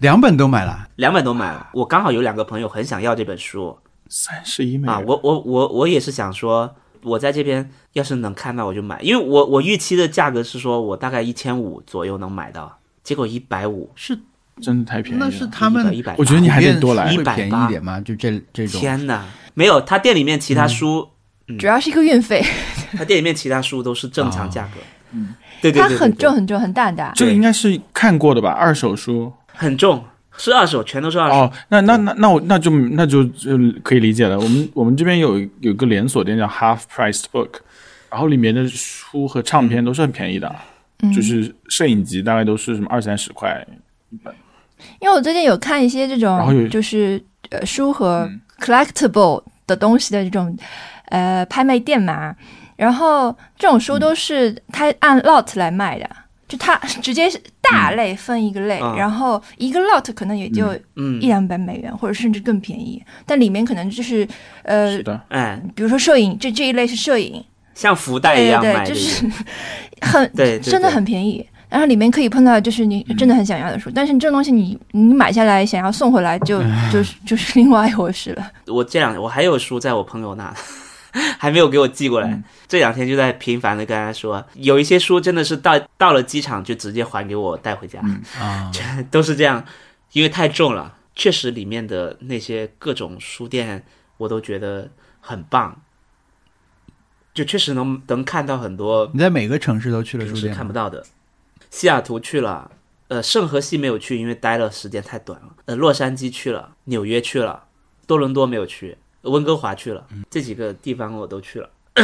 [SPEAKER 2] 两本都买了，
[SPEAKER 1] 两本都买了。我刚好有两个朋友很想要这本书
[SPEAKER 3] 三十一美元
[SPEAKER 1] 啊，我我我我也是想说，我在这边要是能看到我就买，因为我我预期的价格是说我大概一千五左右能买到，结果一百五，
[SPEAKER 2] 是
[SPEAKER 3] 真的太便宜了。
[SPEAKER 2] 那是他们
[SPEAKER 1] 一百，180
[SPEAKER 3] 我觉得你还得多来
[SPEAKER 2] 普遍
[SPEAKER 1] 180
[SPEAKER 2] 会便宜一点吗？就这这种
[SPEAKER 1] 天哪，没有，他店里面其他书，
[SPEAKER 4] 主要是一个运费，
[SPEAKER 1] 他店里面其他书都是正常价格。
[SPEAKER 3] 嗯，
[SPEAKER 1] 对对
[SPEAKER 4] 它
[SPEAKER 1] 对对
[SPEAKER 4] 很
[SPEAKER 1] 对
[SPEAKER 4] 重很重很大很大。
[SPEAKER 3] 这个应该是看过的吧？二手书
[SPEAKER 1] 很重，是二手，全都是二手。
[SPEAKER 3] 哦，那那那那我那就那就就可以理解了。我们我们这边有有一个连锁店叫 Half Price Book，然后里面的书和唱片都是很便宜的，啊
[SPEAKER 4] 嗯
[SPEAKER 3] 就是摄影集大概都是什么二三十块，
[SPEAKER 4] 因为我最近有看一些这
[SPEAKER 3] 然后有
[SPEAKER 4] 种就是呃书和
[SPEAKER 3] 嗯
[SPEAKER 4] collectible 的东西的这种呃拍卖店嘛，然后这种
[SPEAKER 3] 嗯
[SPEAKER 4] 书都是它按 lot 来卖的，就它 直接是
[SPEAKER 3] 嗯
[SPEAKER 4] 大类分一个类，
[SPEAKER 1] 啊
[SPEAKER 4] 然后一个 lot 可能也就一
[SPEAKER 1] 嗯，
[SPEAKER 4] 两百美元，或者甚至更便宜，但里面可能就是呃
[SPEAKER 3] 是。的，
[SPEAKER 1] 哎，
[SPEAKER 4] 比如说摄影，这这一类是摄影，
[SPEAKER 1] 像福袋一
[SPEAKER 4] 对
[SPEAKER 1] 样
[SPEAKER 4] 对
[SPEAKER 1] 卖
[SPEAKER 4] 对，
[SPEAKER 1] 这
[SPEAKER 4] 就
[SPEAKER 1] 个，
[SPEAKER 4] 是 很
[SPEAKER 1] 对对对
[SPEAKER 4] 真的很便宜。然后里面可以碰到就是你真的很想要的书，但是这种东西你你买下来想要送回来就就是就是另外一回事了。
[SPEAKER 1] 我这两我还有书在我朋友那， 还没有给我寄过来。
[SPEAKER 3] 嗯
[SPEAKER 1] 这两天就在频繁的跟他说，有一些书真的是到到了机场就直接还给我带回家，
[SPEAKER 2] 啊，
[SPEAKER 1] 都是这样，因为太重了。确实，里面的那些各种书店，我都觉得很棒，就确实能能看到很多
[SPEAKER 2] 你在每个城市都去了
[SPEAKER 1] 平
[SPEAKER 2] 书
[SPEAKER 1] 时
[SPEAKER 2] 店吗
[SPEAKER 1] 看不到的。西雅图去了，呃，圣何西没有去，因为待了时间太短了。呃，洛杉矶去了，纽约去了，多伦多没有去，温哥华去了，
[SPEAKER 2] 嗯
[SPEAKER 1] 这几个地方我都去了。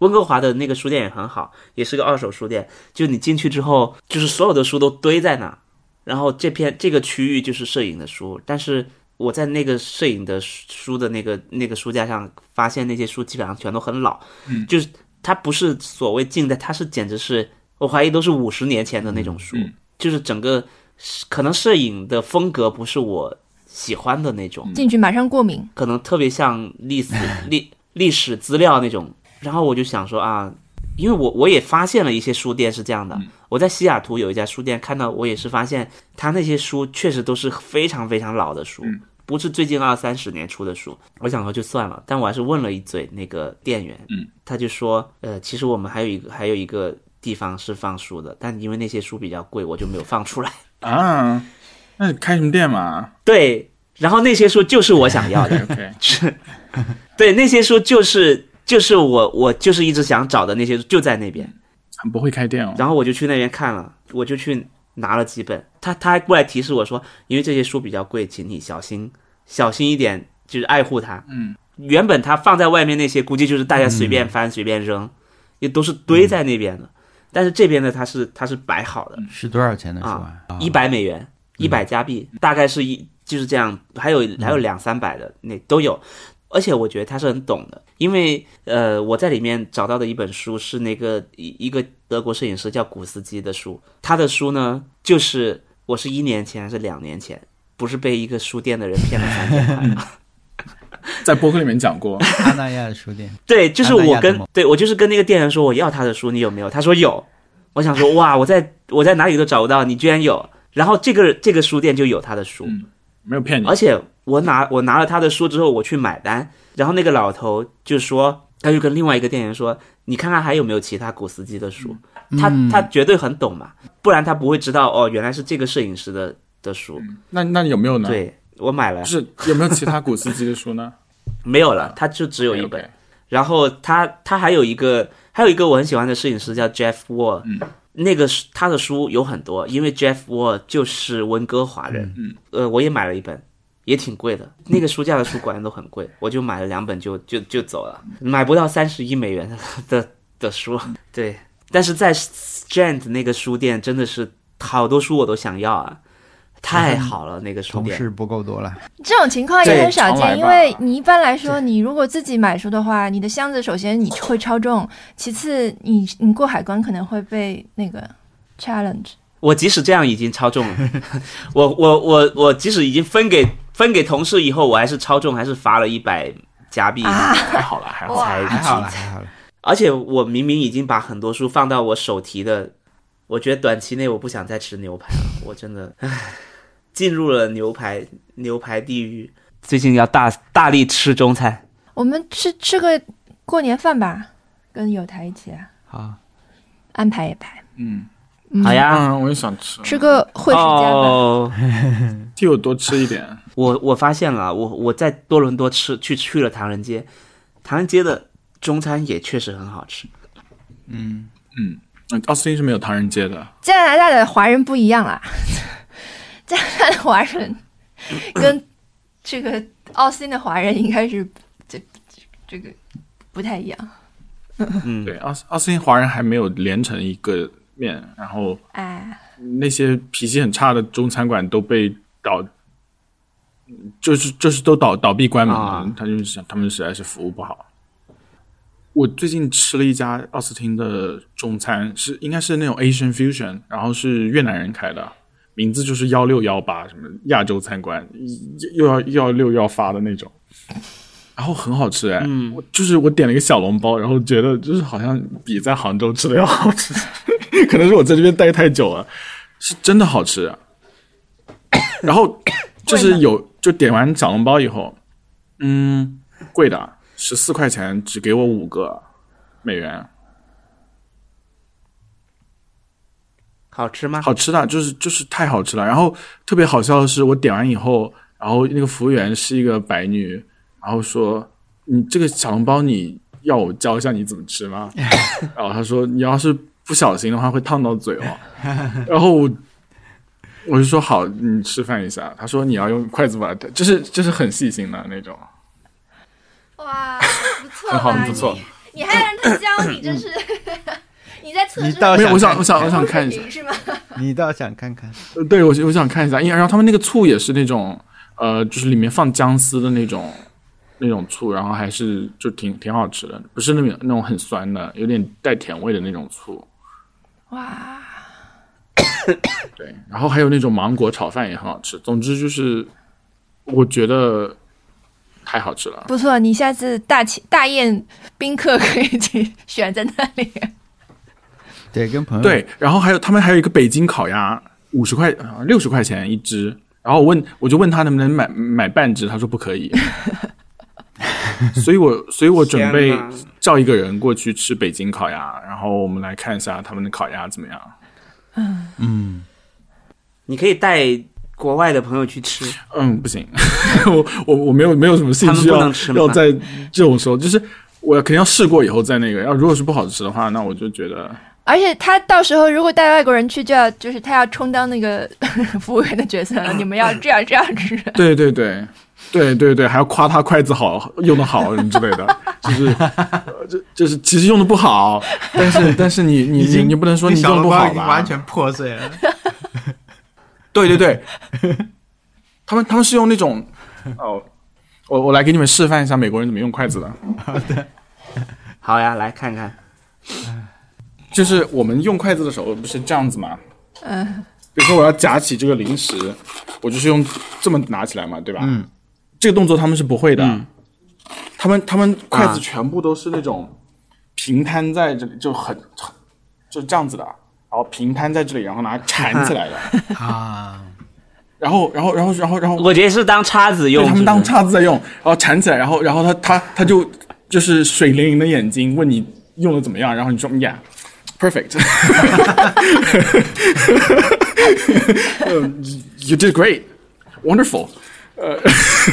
[SPEAKER 1] 温哥华的那个书店也很好，也是个二手书店。就你进去之后，就是所有的书都堆在那，然后这片这个区域就是摄影的书，但是我在那个摄影的书书的那个那个书架上，发现那些书基本上全都很老，
[SPEAKER 3] 嗯
[SPEAKER 1] 就是它不是所谓近代，它是简直是我怀疑都是五十年前的那种书，
[SPEAKER 3] 嗯
[SPEAKER 1] 就是整个可能摄影的风格不是我喜欢的那
[SPEAKER 3] 嗯
[SPEAKER 1] 种，
[SPEAKER 4] 进去马上过敏，
[SPEAKER 1] 可能特别像历史 历历史资料那种。然后我就想说啊，因为我我也发现了一些书店是这样
[SPEAKER 3] 嗯
[SPEAKER 1] 的。我在西雅图有一家书店看到，我也是发现他那些书确实都是非常非常老的书，
[SPEAKER 3] 嗯
[SPEAKER 1] 不是最近二三十年出的书。我想说就算了，但我还是问了一嘴那个店员，
[SPEAKER 3] 嗯，
[SPEAKER 1] 他就说，呃，其实我们还有一个还有一个地方是放书的，但因为那些书比较贵，我就没有放出来。
[SPEAKER 3] 啊，那你开什么店嘛
[SPEAKER 1] 对，然后那些书就是我想要的。
[SPEAKER 3] ？OK，
[SPEAKER 1] 对，那些书就是就是我我就是一直想找的那些书就在那边，
[SPEAKER 3] 很不会开店哦。
[SPEAKER 1] 然后我就去那边看了，我就去拿了几本。他他还过来提示我说，因为这些书比较贵，请你小心小心一点，就是爱护它。
[SPEAKER 3] 嗯，
[SPEAKER 1] 原本他放在外面那些，估计就是大家随便翻、随便扔，也都是堆在那边的。但是这边的它是它是摆好的，
[SPEAKER 2] 是多少钱的书
[SPEAKER 1] 啊
[SPEAKER 2] 啊？啊
[SPEAKER 1] 一百美元，一百加币，大概是一就是这样，还有还有两三百的那都有。而且我觉得他是很懂的，因为呃，我在里面找到的一本书是那个一一个德国摄影师叫古斯基的书，他的书呢，就是我是一年前还是两年前，不是被一个书店的人骗了三千块，
[SPEAKER 3] 在播客里面讲过，
[SPEAKER 2] 啊阿那亚的书店，
[SPEAKER 1] 对，就是我
[SPEAKER 2] 安娜亚
[SPEAKER 1] 跟
[SPEAKER 2] 的梦
[SPEAKER 1] 对我就是跟那个店员说我要他的书，你有没有？他说有。我想说哇，我在我在哪里都找不到，你居然有。然后这个这个书店就有他的书，
[SPEAKER 3] 嗯没有骗你
[SPEAKER 1] 而。且我拿我拿了他的书之后，我去买单，然后那个老头就说，他就跟另外一个店员说，你看看还有没有其他古斯基的书，他他绝对很懂嘛，不然他不会知道哦，原来是这个摄影师的的书。
[SPEAKER 3] 那嗯那你有没有呢？，
[SPEAKER 1] 对我买了
[SPEAKER 3] 就，是有没有其他古斯基的书呢？
[SPEAKER 1] 没有了，他就只有一
[SPEAKER 3] OK，OK
[SPEAKER 1] 本。然后他他还有一个还有一个我很喜欢的摄影师叫 Jeff Wall，、
[SPEAKER 3] 嗯
[SPEAKER 1] 那个是他的书有很多，因为 Jeff Wall 就是温哥华人，
[SPEAKER 3] 嗯
[SPEAKER 1] 呃，我也买了一本，也挺贵的，那个书架的书果然都很贵， 我就买了两本就就就走了，买不到三十一美元的 的的书，对，但是在 Strand 那个书店真的是好多书我都想要啊，太好了那个书
[SPEAKER 2] 同
[SPEAKER 1] 店，
[SPEAKER 2] 事不够多了。
[SPEAKER 4] 这种情况也很少
[SPEAKER 3] 对常来
[SPEAKER 4] 见，
[SPEAKER 3] 吧
[SPEAKER 4] 因为你一般来说，你如果自己买书的话，你的箱子首先你会超重，其次你你过海关可能会被那个 challenge。
[SPEAKER 1] 我即使这样已经超重了， 我我我我即使已经分给分给同事以后，我还是超重，还是罚了一百加币，
[SPEAKER 4] 啊
[SPEAKER 3] 还好了，还好
[SPEAKER 4] 哇
[SPEAKER 3] 了。
[SPEAKER 1] 才
[SPEAKER 2] 还好了，还好了。
[SPEAKER 1] 而且我明明已经把很多书放到我手提的，我觉得短期内我不想再吃牛排了，我真的， 唉，进入了牛排牛排地狱。最近要大大力吃中餐，
[SPEAKER 4] 我们吃吃个过年饭吧，跟友台一起啊
[SPEAKER 2] 好，
[SPEAKER 4] 安排一排，
[SPEAKER 3] 嗯，
[SPEAKER 4] 嗯
[SPEAKER 1] 好哎呀，
[SPEAKER 3] 嗯，我也想吃，
[SPEAKER 4] 吃个惠食家吧。
[SPEAKER 1] 哦，
[SPEAKER 3] 替我多吃一点。
[SPEAKER 1] 我我发现了，啊我我在多伦多吃去去了唐人街，唐人街的中餐也确实很好吃。
[SPEAKER 2] 嗯，
[SPEAKER 3] 嗯，嗯奥斯汀是没有唐人街的，
[SPEAKER 4] 加拿大的华人不一样啦， 加拿大的华人跟这个奥斯汀的华人应该是这这个不太一样，
[SPEAKER 1] 嗯，
[SPEAKER 3] 对，奥斯奥斯汀华人还没有连成一个面，然后
[SPEAKER 4] 哎。
[SPEAKER 3] 那些脾气很差的中餐馆都被倒，就是就是都倒倒闭关门了。
[SPEAKER 1] 啊
[SPEAKER 3] 他就是想，他们实在是服务不好。我最近吃了一家奥斯汀的中餐，是应该是那种 Asian fusion，然后是越南人开的，名字就是幺六幺八什么亚洲餐馆，又要又要六要发的那种。然后很好吃哎，我就是我点了一个小笼包，然后觉得就是好像比在杭州吃的要好吃， 可能是我在这边待太久了，是真的好吃。然后就是有就点完小笼包以后，嗯，贵的十四块钱只给我五个美元，
[SPEAKER 1] 好吃吗？
[SPEAKER 3] 好吃的，就是就是太好吃了。然后特别好笑的是，我点完以后，然后那个服务员是一个白女，然后说：“你这个小笼包你要我教一下你怎么吃吗？” 然后她说：“你要是不小心的话会烫到嘴哦。” 然后我我就说：“好，你示范一下。”她说：“你要用筷子把它，就是就是很细心的那种，
[SPEAKER 4] 哇，不
[SPEAKER 3] 很
[SPEAKER 4] 错吧？
[SPEAKER 3] 好，很不错
[SPEAKER 4] 你。你还让他教你，真是
[SPEAKER 1] 嗯
[SPEAKER 4] 你在测试
[SPEAKER 2] 你倒
[SPEAKER 3] 没有，我
[SPEAKER 2] 想
[SPEAKER 3] 想我想我想看一下。”
[SPEAKER 4] 是吗？
[SPEAKER 2] 你倒想看看，
[SPEAKER 3] 呃对，我我想看一下，因为然后他们那个醋也是那种，呃，就是里面放姜丝的那种，那种醋，然后还是就挺挺好吃的，不是那种那种很酸的，有点带甜味的那种醋。
[SPEAKER 4] 哇，
[SPEAKER 3] 对，然后还有那种芒果炒饭也很好吃。总之就是，我觉得太好吃了。
[SPEAKER 4] 不错，你下次大请大宴宾客可以去 选在那里。
[SPEAKER 2] 对，跟朋友
[SPEAKER 3] 对，然后还有他们还有一个北京烤鸭，五十块呃六十块钱一只。然后我问，我就问他能不能买买半只，他说不可以。所以我所以我准备
[SPEAKER 1] 天哪
[SPEAKER 3] 叫一个人过去吃北京烤鸭，然后我们来看一下他们的烤鸭怎么样。
[SPEAKER 2] 嗯
[SPEAKER 1] 你可以带国外的朋友去吃，
[SPEAKER 3] 嗯，不行， 我我我没有没有什么兴
[SPEAKER 1] 他
[SPEAKER 3] 趣
[SPEAKER 1] 们不
[SPEAKER 3] 要
[SPEAKER 1] 能吃吗
[SPEAKER 3] 要在这种时候，就是我肯定要试过以后再那个。要如果是不好吃的话，那我就觉得
[SPEAKER 4] 而且他到时候如果带外国人去，就要就是他要充当那 个服务员的角 色了。你们要这样这样吃，
[SPEAKER 3] 对对对，对对对，还要夸他筷子好用的好什么之类 的，就是呃这就是其实用的不好，但 是但是你你
[SPEAKER 2] 已
[SPEAKER 3] 你
[SPEAKER 2] 经
[SPEAKER 3] 你不能说你
[SPEAKER 2] 小
[SPEAKER 3] 用的
[SPEAKER 2] 笼
[SPEAKER 3] 不
[SPEAKER 2] 包
[SPEAKER 3] 好
[SPEAKER 2] 已经
[SPEAKER 3] 吧？
[SPEAKER 2] 完全破碎了。
[SPEAKER 3] 对对对，他们他们是用那种哦，我我来给你们示范一下美国人怎么用筷子的，
[SPEAKER 1] 好呀，来看看，
[SPEAKER 3] 就是我们用筷子的时候不是这样子吗？
[SPEAKER 4] 嗯，
[SPEAKER 3] 比如说我要夹起这个零食，我就是用这么拿起来嘛，对吧？
[SPEAKER 2] 嗯，
[SPEAKER 3] 这个动作他们是不会的，
[SPEAKER 1] 嗯
[SPEAKER 3] 他们他们筷子
[SPEAKER 1] 啊
[SPEAKER 3] 全部都是那种平摊在这里，就很很就这样子的，然后平摊在这里，然后拿缠起 来的，
[SPEAKER 2] 啊，
[SPEAKER 3] 然后然后然后然后然后
[SPEAKER 1] 我觉得是当叉子用，
[SPEAKER 3] 对他
[SPEAKER 1] 是
[SPEAKER 3] 们
[SPEAKER 1] 不是
[SPEAKER 3] 当叉子在用，然后缠起来，然后然后他他他就就是水灵灵的眼睛问你用的怎么样，然后你说嗯呀。Perfect. Um, you did great. Wonderful. 呃，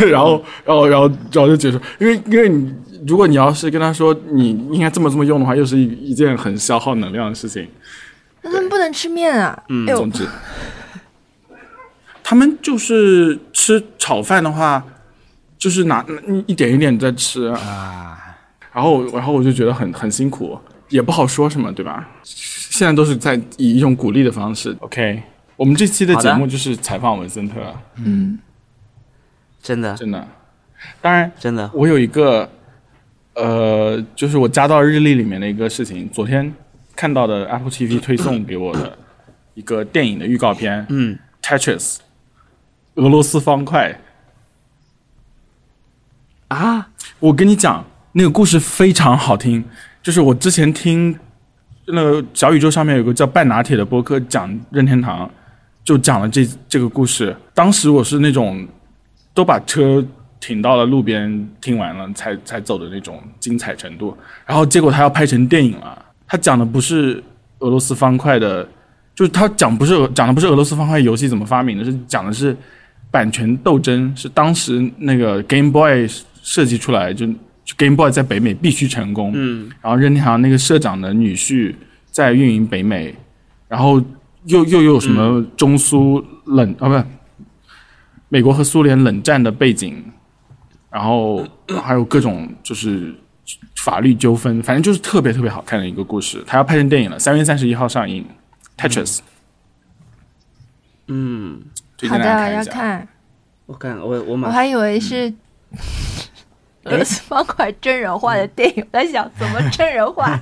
[SPEAKER 3] 然后，然后，然后，然后就结束。因为，因为你如果你要是跟他说你应该这么这么用的话，又是一一件很消耗能量的事情。
[SPEAKER 4] 那他们不能吃面啊！嗯，哎呦
[SPEAKER 3] 总，之，他们就是吃炒饭的话，就是拿一一点一点在吃啊。然后，然后我就觉得很很辛苦，也不好说什么，对吧？现在都是在以一种鼓励的方式。OK，我们这期的
[SPEAKER 1] 好的
[SPEAKER 3] 节目就是采访文森特，
[SPEAKER 1] 真的
[SPEAKER 3] 真的。当然，
[SPEAKER 1] 真的，
[SPEAKER 3] 我有一个，呃，就是我加到日历里面的一个事情，昨天看到的 Apple TV 推送给我的一个电影的预告片，
[SPEAKER 1] 嗯，
[SPEAKER 3] Tetris，俄罗斯方块。
[SPEAKER 1] 啊，
[SPEAKER 3] 我跟你讲，那个故事非常好听，就是我之前听那个小宇宙上面有个叫半拿铁的播客讲任天堂，就讲了这这个故事。当时我是那种都把车停到了路边听完了才才走的那种精彩程度，然后结果他要拍成电影了。他讲的不是俄罗斯方块的，就是他讲不是俄讲的不是俄罗斯方块游戏怎么发明的，是讲的是版权斗争，是当时那个 Game Boy 设计出来就。就 Game Boy 在北美必须成功，
[SPEAKER 1] 嗯，
[SPEAKER 3] 然后任天堂那个社长的女婿在运营北美，然后又又有什
[SPEAKER 1] 嗯
[SPEAKER 3] 么中苏冷、啊不，美国和苏联冷战的背景，然后还有各种就是法律纠纷，反正就是特别特别好看的一个故事。它要拍成电影了，三月三十一号上映，《Tetris》
[SPEAKER 1] 嗯，
[SPEAKER 3] 推
[SPEAKER 4] 好
[SPEAKER 3] 荐大家
[SPEAKER 4] 的，
[SPEAKER 3] 看
[SPEAKER 4] 要
[SPEAKER 3] 一下。嗯
[SPEAKER 4] 看。
[SPEAKER 1] 我看我我
[SPEAKER 4] 我
[SPEAKER 1] 马
[SPEAKER 4] 还以为是 俄罗斯方块真人化的电影，我在想怎么真人 化。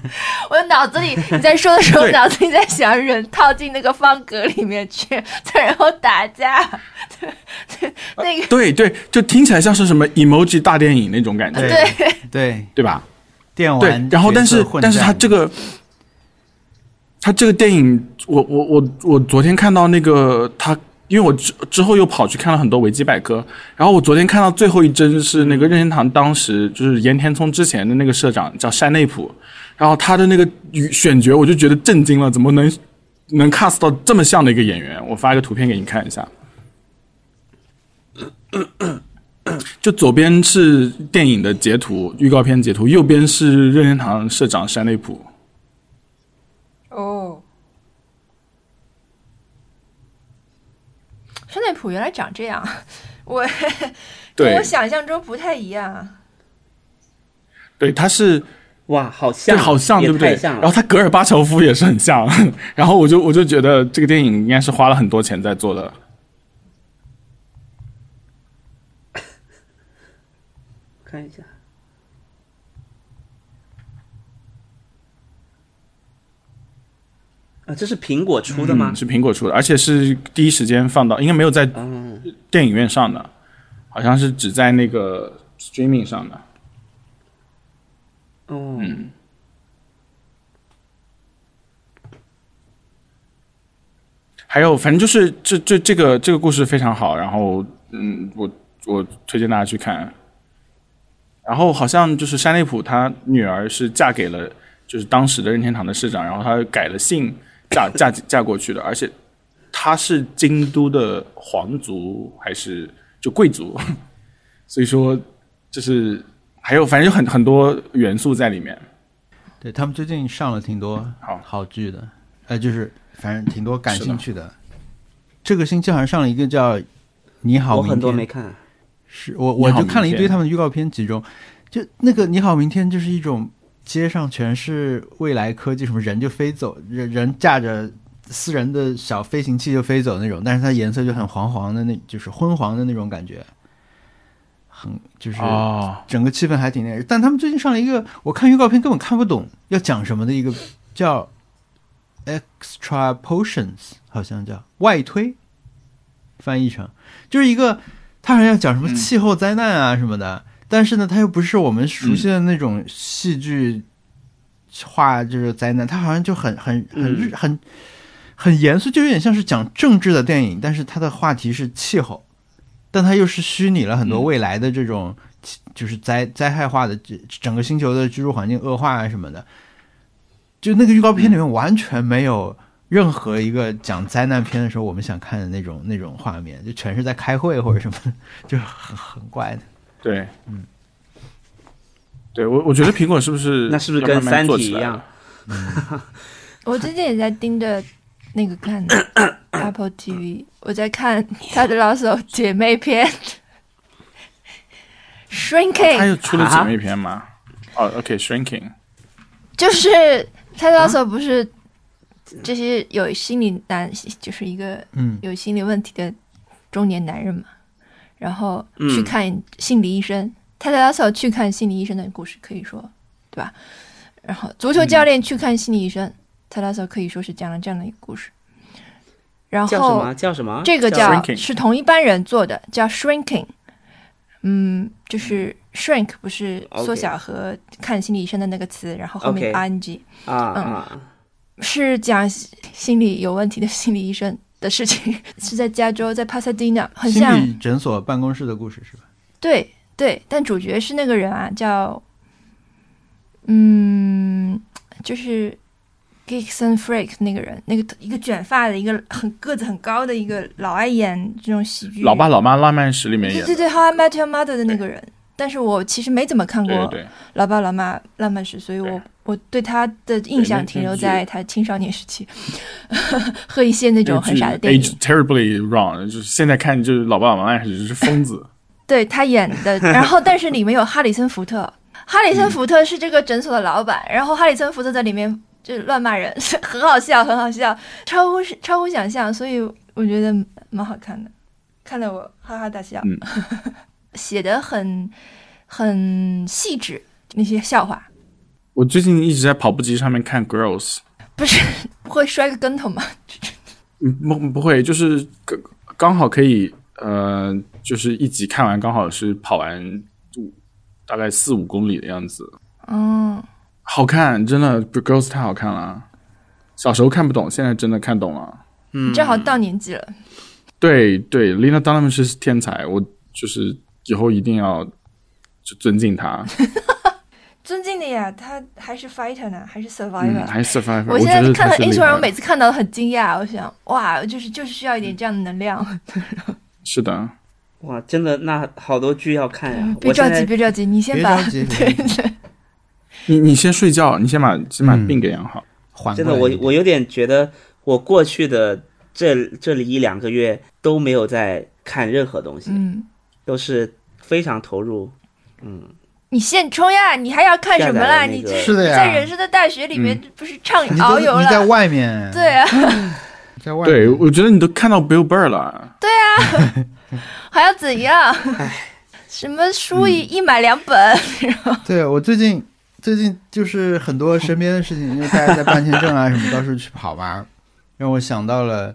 [SPEAKER 4] 我的脑子里你在说的时候，
[SPEAKER 3] 对
[SPEAKER 4] 脑子里在想人套进那个方格里面去，再然后打 架， 那个
[SPEAKER 3] 对对，就听起来像是什么 emoji 大电影那种感觉，
[SPEAKER 2] 对对，
[SPEAKER 3] 呃对吧？
[SPEAKER 2] 电
[SPEAKER 3] 对
[SPEAKER 2] 玩，，
[SPEAKER 3] 然后但是但是他
[SPEAKER 2] 他
[SPEAKER 3] 这个，他这个电影，我我我我昨天看到那个他，因为我之之后又跑去看了很多维基百科，然后我昨天看到最后一帧是那个任天堂当时就是岩田聪之前的那个社长叫山内溥，然后他的那个与选角我就觉得震惊了，怎么能能 cast 到这么像的一个演员？我发一个图片给你看一下。就左边是电影的截图，预告片截图，右边是任天堂社长山内溥。
[SPEAKER 4] 哦。山内溥原来长这样，我跟
[SPEAKER 3] 对
[SPEAKER 4] 我，想象中不太一样。啊
[SPEAKER 3] 对，他是
[SPEAKER 1] 哇，好像
[SPEAKER 3] 对，好像
[SPEAKER 1] 也
[SPEAKER 3] 对不对
[SPEAKER 1] 太？像
[SPEAKER 3] 然后
[SPEAKER 1] 了，
[SPEAKER 3] 他格尔巴乔夫也是很像， 然后我就我就觉得这个电影应该是花了很多钱在做的。
[SPEAKER 1] 看一下，啊，这是苹果出的吗
[SPEAKER 3] 嗯？是苹果出的，而且是第一时间放到，应该没有在
[SPEAKER 1] 嗯，
[SPEAKER 3] 电影院上的，好像是只在那个 streaming 上的。嗯
[SPEAKER 1] 哦，
[SPEAKER 3] 还有，反正就是这这这个这个故事非常好，然后嗯，我我推荐大家去看。然后好像就是山内溥他女儿是嫁给了就是当时的任天堂的市长，然后她改了姓嫁嫁嫁过去的，而且她是京都的皇族还是就贵族，所以说就是还有反正有很很多元素在里面。
[SPEAKER 2] 对他们最近上了挺多
[SPEAKER 3] 好
[SPEAKER 2] 好剧的，呃，就是反正挺多感
[SPEAKER 3] 是的
[SPEAKER 2] 兴趣的。这个星期好像上了一个叫《你好，
[SPEAKER 1] 我
[SPEAKER 2] 明天
[SPEAKER 1] 很》，多没看，啊
[SPEAKER 2] 是我
[SPEAKER 3] 你好
[SPEAKER 2] 我就看了一
[SPEAKER 3] 明
[SPEAKER 2] 堆
[SPEAKER 3] 天
[SPEAKER 2] 他们的预告片集中，就那个《你好，明天》就是一种街上全是未来科技，什么人就飞走，人人驾着私人的小飞行器就飞走那种，但是它颜色就很黄黄的那，就是昏黄的那种感觉，很就是
[SPEAKER 3] 哦，
[SPEAKER 2] 整个气氛还挺那个。但他们最近上了一个，我看预告片根本看不懂要讲什么的一个叫 Extra Potions，好像叫外推，翻译成就是一个他好像要讲什么气候灾难啊什么的，但是呢，他又不是我们熟悉的那种戏剧化就是灾难，他好像就很很
[SPEAKER 1] 嗯
[SPEAKER 2] 很日、很很严肃，就有点像是讲政治的电影，但是它的话题是气候。但它又是虚拟了很多
[SPEAKER 3] 嗯
[SPEAKER 2] 未来的这种就是灾灾害化的这整个星球的居住环境恶化啊什么的，就那个预告片里面完全没有任何一个讲灾难片的时候我们想看的那种那种画面，就全是在开会或者什么 的，就很很怪的。
[SPEAKER 3] 对，嗯，对我我觉得苹果是不是
[SPEAKER 1] 那是不是
[SPEAKER 3] 要
[SPEAKER 1] 跟
[SPEAKER 3] 慢慢
[SPEAKER 1] 三
[SPEAKER 3] 做
[SPEAKER 1] 体
[SPEAKER 3] 起
[SPEAKER 1] 一
[SPEAKER 3] 来
[SPEAKER 1] 样
[SPEAKER 3] 了？
[SPEAKER 4] 我最近也在盯着那个看 Apple TV，我在看他的老手姐妹 篇
[SPEAKER 3] 它
[SPEAKER 4] Shrinking，
[SPEAKER 3] 又出了姐
[SPEAKER 1] 啊
[SPEAKER 3] 妹篇吗？哦，OK，Shrinking，
[SPEAKER 4] 嗯就是他的老手不是这些有心理男，就是一个
[SPEAKER 2] 嗯，
[SPEAKER 4] 有心理问题的中年男人嘛，然后
[SPEAKER 1] 嗯
[SPEAKER 4] 去看心理医生。他在拉手去看心理医生的故事，可以说，对吧？然后足
[SPEAKER 1] 嗯
[SPEAKER 4] 球教练去看心理医生，他拉手可以说是讲了这样的一个故事。然
[SPEAKER 1] 叫什么
[SPEAKER 4] 后
[SPEAKER 1] 叫什么？
[SPEAKER 4] 这个
[SPEAKER 3] 叫
[SPEAKER 4] 叫
[SPEAKER 3] Shrinking
[SPEAKER 4] 是同一班人做的，叫 shrinking。嗯，就是 shrink 不是
[SPEAKER 1] OK
[SPEAKER 4] 缩小和看心理医生的那个词，然后后面
[SPEAKER 1] OK
[SPEAKER 4] ing
[SPEAKER 1] 啊
[SPEAKER 4] 嗯
[SPEAKER 1] 啊，
[SPEAKER 4] 是讲心理有问题的心理医生的事情， 是在加州，在 Pasadena，很
[SPEAKER 2] 心
[SPEAKER 4] 像
[SPEAKER 2] 理诊所办公室的故事是吧？
[SPEAKER 4] 对对，但主角是那个人啊，叫嗯，就是 Gibson Freak 那个人，那个一个卷发的一个很个子很高的一个老爱演这种喜剧，
[SPEAKER 3] 老爸老妈浪漫史里面
[SPEAKER 4] 对
[SPEAKER 3] 演
[SPEAKER 4] 对
[SPEAKER 3] 的，
[SPEAKER 4] 对，《How I Met Your Mother》的那个人。但是我其实没怎么看
[SPEAKER 3] 对对
[SPEAKER 4] 过
[SPEAKER 3] 对，
[SPEAKER 4] 老爸老妈浪漫史，所以我
[SPEAKER 3] 对
[SPEAKER 4] 我对他的印
[SPEAKER 3] 对
[SPEAKER 4] 象
[SPEAKER 3] 那
[SPEAKER 4] 停
[SPEAKER 3] 那
[SPEAKER 4] 留
[SPEAKER 3] 剧
[SPEAKER 4] 在他青少年时期 和一些那
[SPEAKER 3] 这
[SPEAKER 4] 种很傻的电影。
[SPEAKER 3] Age terribly wrong，就是现在看就是老爸老妈就是疯子，
[SPEAKER 4] 对他演 的，然后但是里面有哈里森福特，哈
[SPEAKER 3] 嗯
[SPEAKER 4] 里森福特是这个诊所的老板，然后哈里森福特在里面就乱骂人， 很好笑，很好笑，超乎超乎想象，所以我觉得蛮好看的，看得我哈哈大笑，
[SPEAKER 3] 嗯
[SPEAKER 4] 写的很很细致那些笑话，
[SPEAKER 3] 我最近一直在跑步机上面看 Girls，
[SPEAKER 4] 不是不会摔个跟头吗？
[SPEAKER 3] 嗯，不不会，就是刚刚好可以，呃，就是一集看完刚好是跑完五大概四五公里的样子，
[SPEAKER 4] 嗯，
[SPEAKER 3] 好看，真的《Girls》太好看了。小时候看不懂，现在真的看懂了。
[SPEAKER 1] 嗯，
[SPEAKER 4] 正好到年纪了，
[SPEAKER 3] 对对，Lena Dunham 是天才，我就是以后一定要就尊敬她。
[SPEAKER 4] 尊敬的呀，他还是 fighter 呢，还是 survivor
[SPEAKER 3] 嗯，。还 survivor，
[SPEAKER 4] 我
[SPEAKER 3] 觉
[SPEAKER 4] 现在
[SPEAKER 3] 得
[SPEAKER 4] 看
[SPEAKER 3] 她
[SPEAKER 4] 到
[SPEAKER 3] 是厉
[SPEAKER 4] intro，
[SPEAKER 3] 害
[SPEAKER 4] 我每次看到都很惊讶，我想哇，就是就是需要一点这样的能量。
[SPEAKER 3] 是的，
[SPEAKER 1] 嗯哇，真的那好多剧要看呀！嗯
[SPEAKER 4] 别
[SPEAKER 1] 我
[SPEAKER 4] 着
[SPEAKER 1] 现
[SPEAKER 4] 急，
[SPEAKER 1] 在
[SPEAKER 4] 别着急，你先
[SPEAKER 2] 别
[SPEAKER 4] 把
[SPEAKER 2] 着急，
[SPEAKER 4] 对对，
[SPEAKER 3] 你你先睡觉，你先把先
[SPEAKER 2] 嗯
[SPEAKER 3] 把病给养好。
[SPEAKER 2] 缓
[SPEAKER 1] 真
[SPEAKER 2] 过
[SPEAKER 1] 的
[SPEAKER 2] 来
[SPEAKER 1] 我
[SPEAKER 2] 一点
[SPEAKER 1] 我有点觉得我过去的这这里一两个月都没有在看任何东西，
[SPEAKER 4] 嗯，
[SPEAKER 1] 都是非常投入。嗯，
[SPEAKER 4] 你现充呀，你还要看什么啦？
[SPEAKER 1] 下载了那
[SPEAKER 4] 你
[SPEAKER 1] 个
[SPEAKER 4] 这
[SPEAKER 2] 是的呀
[SPEAKER 4] 在人生的大学里面不是畅
[SPEAKER 2] 你
[SPEAKER 4] 遨
[SPEAKER 2] 都
[SPEAKER 4] 游
[SPEAKER 2] 你在
[SPEAKER 4] 了？
[SPEAKER 2] 外面，
[SPEAKER 4] 对，啊，
[SPEAKER 2] 在外面
[SPEAKER 3] 对，我觉得你都看到 Bill Burr 了。
[SPEAKER 4] 还要怎样？什么书一一买两本，
[SPEAKER 2] 对我最近最近就是很多身边的事情，因为大家在办签证啊什么，到处去跑嘛，让我想到了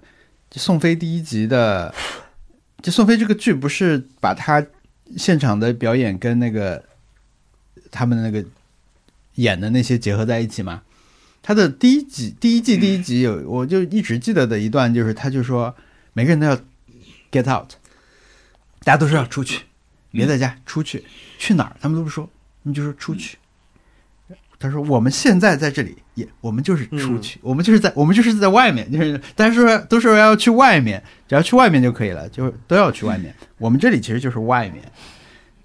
[SPEAKER 2] 就宋飞第一集的，就宋飞这个剧不是把他现场的表演跟那个他们那个演的那些结合在一起嘛？他的第一集第一季第一集有，我就一直记得的一段就是，他就说每个人都要 get out，大家都说要出去，别在家，出去，去哪儿？他们都不说，你就说出去。他说：“我们现在在这里，也我们就是出去，我们就是在我们就是在外面，就是但是说都说要去外面，只要去外面就可以了，就是都要去外面。我们这里其实就是外面，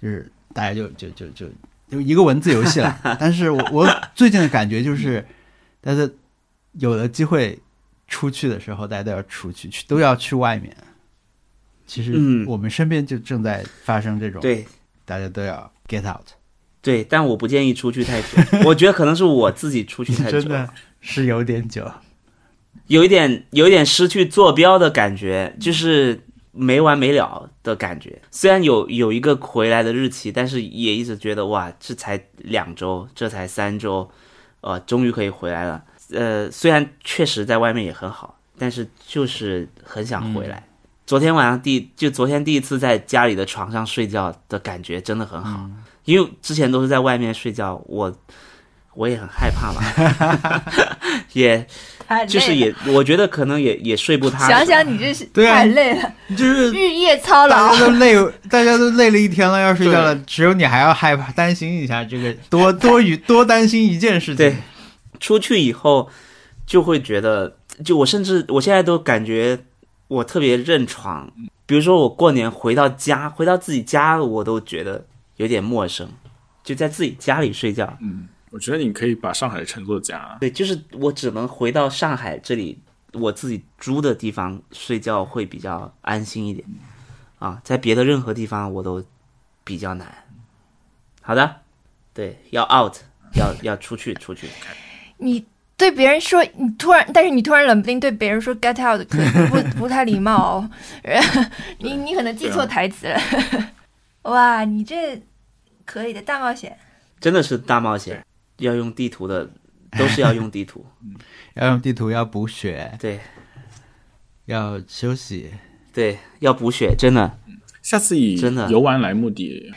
[SPEAKER 2] 就是大家就就就就就一个文字游戏了。 但是我我最近的感觉就是，大家有了机会出去的时候，大家都要出去，去都要去外面。其实
[SPEAKER 1] 嗯
[SPEAKER 2] 我们身边就正在发生这种，
[SPEAKER 1] 对
[SPEAKER 2] 大家都要 get out，
[SPEAKER 1] 对，但我不建议出去太久，我觉得可能是我自己出去太久，
[SPEAKER 2] 真的是有点久。
[SPEAKER 1] 有一点有一点失去坐标的感觉，就是没完没了的感觉。虽然有有一个回来的日期，但是也一直觉得哇，这才两周，这才三周，呃，终于可以回来了。呃，虽然确实在外面也很好，但是就是很想回来。昨天晚上第就昨天第一次在家里的床上睡觉的感觉真的很好，因为之前都是在外面睡觉，我我也很害怕嘛， 也
[SPEAKER 4] 太累了。
[SPEAKER 1] 就是也，我觉得可能也也睡不踏实。
[SPEAKER 4] 想想你这是
[SPEAKER 2] 对啊
[SPEAKER 4] 太累了，
[SPEAKER 2] 就是
[SPEAKER 4] 日夜操
[SPEAKER 2] 大
[SPEAKER 4] 劳
[SPEAKER 2] 家。都累，大家都累了一天了，要睡觉了，只有你还要害怕担心一下这个， 多多余多担心一件事情。
[SPEAKER 1] 对，出去以后就会觉得，就我甚至我现在都感觉我特别认床。比如说我过年回到家，回到自己家，我都觉得有点陌生，就在自己家里睡觉。
[SPEAKER 3] 嗯，我觉得你可以把上海称作家。
[SPEAKER 1] 对，就是我只能回到上海这里，我自己租的地方睡觉会比较安心一点啊，在别的任何地方我都比较难。好的，对，要 out，要要出去出去。
[SPEAKER 4] 你对别人说你突然，但是你突然冷不丁对别人说 get out，可能 不不太礼貌哦。你你可能记
[SPEAKER 1] 啊
[SPEAKER 4] 错台词了。 哇，你这可以的，大冒险。
[SPEAKER 1] 真的是大冒险，要用地图的，都是要用地 图。
[SPEAKER 2] 要用地图，要补血，
[SPEAKER 1] 对
[SPEAKER 2] 要休息。
[SPEAKER 1] 对，要补血，真的。
[SPEAKER 3] 下次以
[SPEAKER 1] 真的
[SPEAKER 3] 游玩来目的，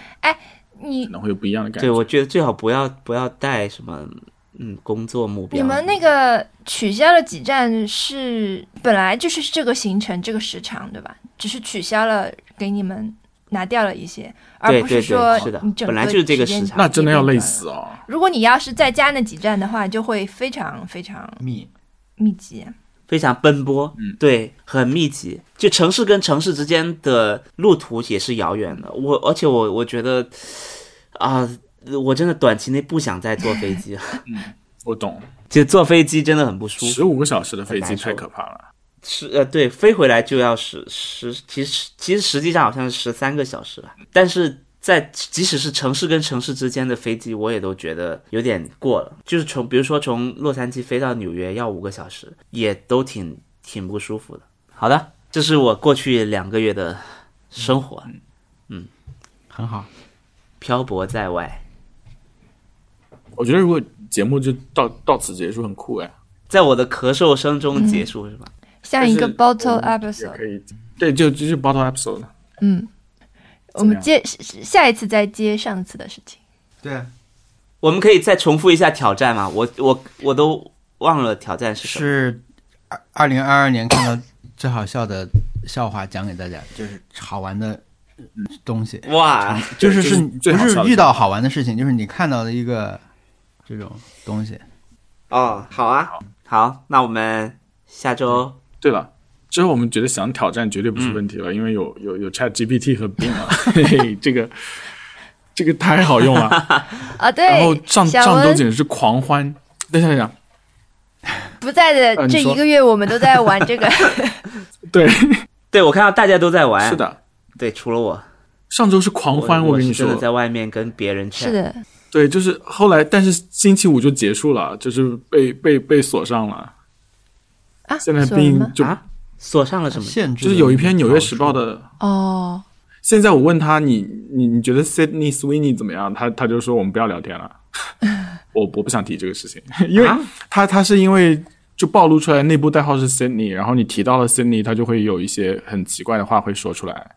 [SPEAKER 4] 你
[SPEAKER 3] 可能会有不一样的感
[SPEAKER 1] 对，
[SPEAKER 3] 觉。
[SPEAKER 1] 我觉得最好不要不要带什么嗯工作目标。
[SPEAKER 4] 你们那个取消了几站是本来就是这个行程这个时长对吧？只是取消了，给你们拿掉了一些，而
[SPEAKER 1] 对
[SPEAKER 4] 不
[SPEAKER 1] 对对
[SPEAKER 4] 说
[SPEAKER 1] 是的
[SPEAKER 4] 你整
[SPEAKER 1] 本来就是这个
[SPEAKER 4] 时
[SPEAKER 1] 时
[SPEAKER 4] 间
[SPEAKER 1] 长
[SPEAKER 3] 那真的要累死哦！
[SPEAKER 4] 如果你要是再加那几站的话，就会非常非常
[SPEAKER 2] 密，
[SPEAKER 4] 密集。
[SPEAKER 1] 非常奔波，
[SPEAKER 3] 嗯
[SPEAKER 1] 对，很密集。就城市跟城市之间的路途也是遥远的。我而且我我觉得啊、我真的短期内不想再坐飞机了，
[SPEAKER 3] 我懂，
[SPEAKER 1] 就坐飞机真的很不舒服。
[SPEAKER 3] 十五个小时的飞机
[SPEAKER 1] 很难受
[SPEAKER 3] 太可怕了。
[SPEAKER 1] 是呃，对，飞回来就要十十，其实其实实际上好像是十三个小时吧。但是在即使是城市跟城市之间的飞机，我也都觉得有点过了。就是从比如说从洛杉矶飞到纽约要五个小时，也都挺挺不舒服的。好的，这是我过去两个月的生活，
[SPEAKER 2] 很好。
[SPEAKER 1] 漂泊在外。
[SPEAKER 3] 我觉得如果节目就到到此结束，很酷哎。
[SPEAKER 1] 在我的咳嗽声中结束、是吧？
[SPEAKER 4] 像一个
[SPEAKER 3] 但是
[SPEAKER 4] bottle
[SPEAKER 3] 也
[SPEAKER 4] episode，
[SPEAKER 3] 可以，对，就就是 bottle episode 了。
[SPEAKER 4] 嗯，我
[SPEAKER 3] 么样
[SPEAKER 4] 们接是是下一次再接上次的事情。
[SPEAKER 2] 对，
[SPEAKER 3] 啊
[SPEAKER 1] 我们可以再重复一下挑战吗？我我我都忘了挑战是什么。
[SPEAKER 2] 是二二零二二年看到最好笑的笑话，讲给大家，就是好玩的东西，
[SPEAKER 1] 哇，
[SPEAKER 2] 就是
[SPEAKER 3] 就是最
[SPEAKER 2] 不
[SPEAKER 3] 好
[SPEAKER 2] 是
[SPEAKER 3] 笑的
[SPEAKER 2] 遇到好玩的事情，就是你看到的一个这种东西。
[SPEAKER 1] 哦，好啊，好，那我们下周
[SPEAKER 3] 对了，之后我们觉得想挑战绝对不是问题了，因为有有有 Chat GPT 和 Bing 了，嘿嘿，这个这个太好用了。
[SPEAKER 4] 啊，
[SPEAKER 3] 然后
[SPEAKER 4] 对，
[SPEAKER 3] 上
[SPEAKER 4] 小
[SPEAKER 3] 上周
[SPEAKER 4] 文
[SPEAKER 3] 简直是狂欢。等一下等一下，
[SPEAKER 4] 不在的
[SPEAKER 3] 呃你
[SPEAKER 4] 这
[SPEAKER 3] 说
[SPEAKER 4] 一个月，我们都在玩 这个。
[SPEAKER 3] 对，
[SPEAKER 1] 对我看到大家都在玩，
[SPEAKER 3] 是，的，
[SPEAKER 1] 对，除了我，
[SPEAKER 3] 上周是狂欢，
[SPEAKER 1] 我
[SPEAKER 3] 我跟你
[SPEAKER 1] 是真的
[SPEAKER 3] 说，
[SPEAKER 1] 在外面跟别人 chat，
[SPEAKER 4] 是的，
[SPEAKER 3] 对，就是后来，但是星期五就结束了，就是被被被锁上了。
[SPEAKER 4] 啊，
[SPEAKER 3] 现在
[SPEAKER 4] 锁了
[SPEAKER 3] Bing
[SPEAKER 4] 吗？
[SPEAKER 3] 就、
[SPEAKER 1] 啊，锁上了什么？
[SPEAKER 2] 限制
[SPEAKER 3] 就是有一篇《纽约时报》的
[SPEAKER 4] 哦，
[SPEAKER 3] 现在我问他你你你觉得 Sydney Sweeney 怎么样？他他就说我们不要聊天 了，我我不想提这个事情， 因为
[SPEAKER 1] 啊
[SPEAKER 3] 他他是因为就暴露出来内部代号是 Sydney，然后你提到了 Sydney，他就会有一些很奇怪的话会说出来。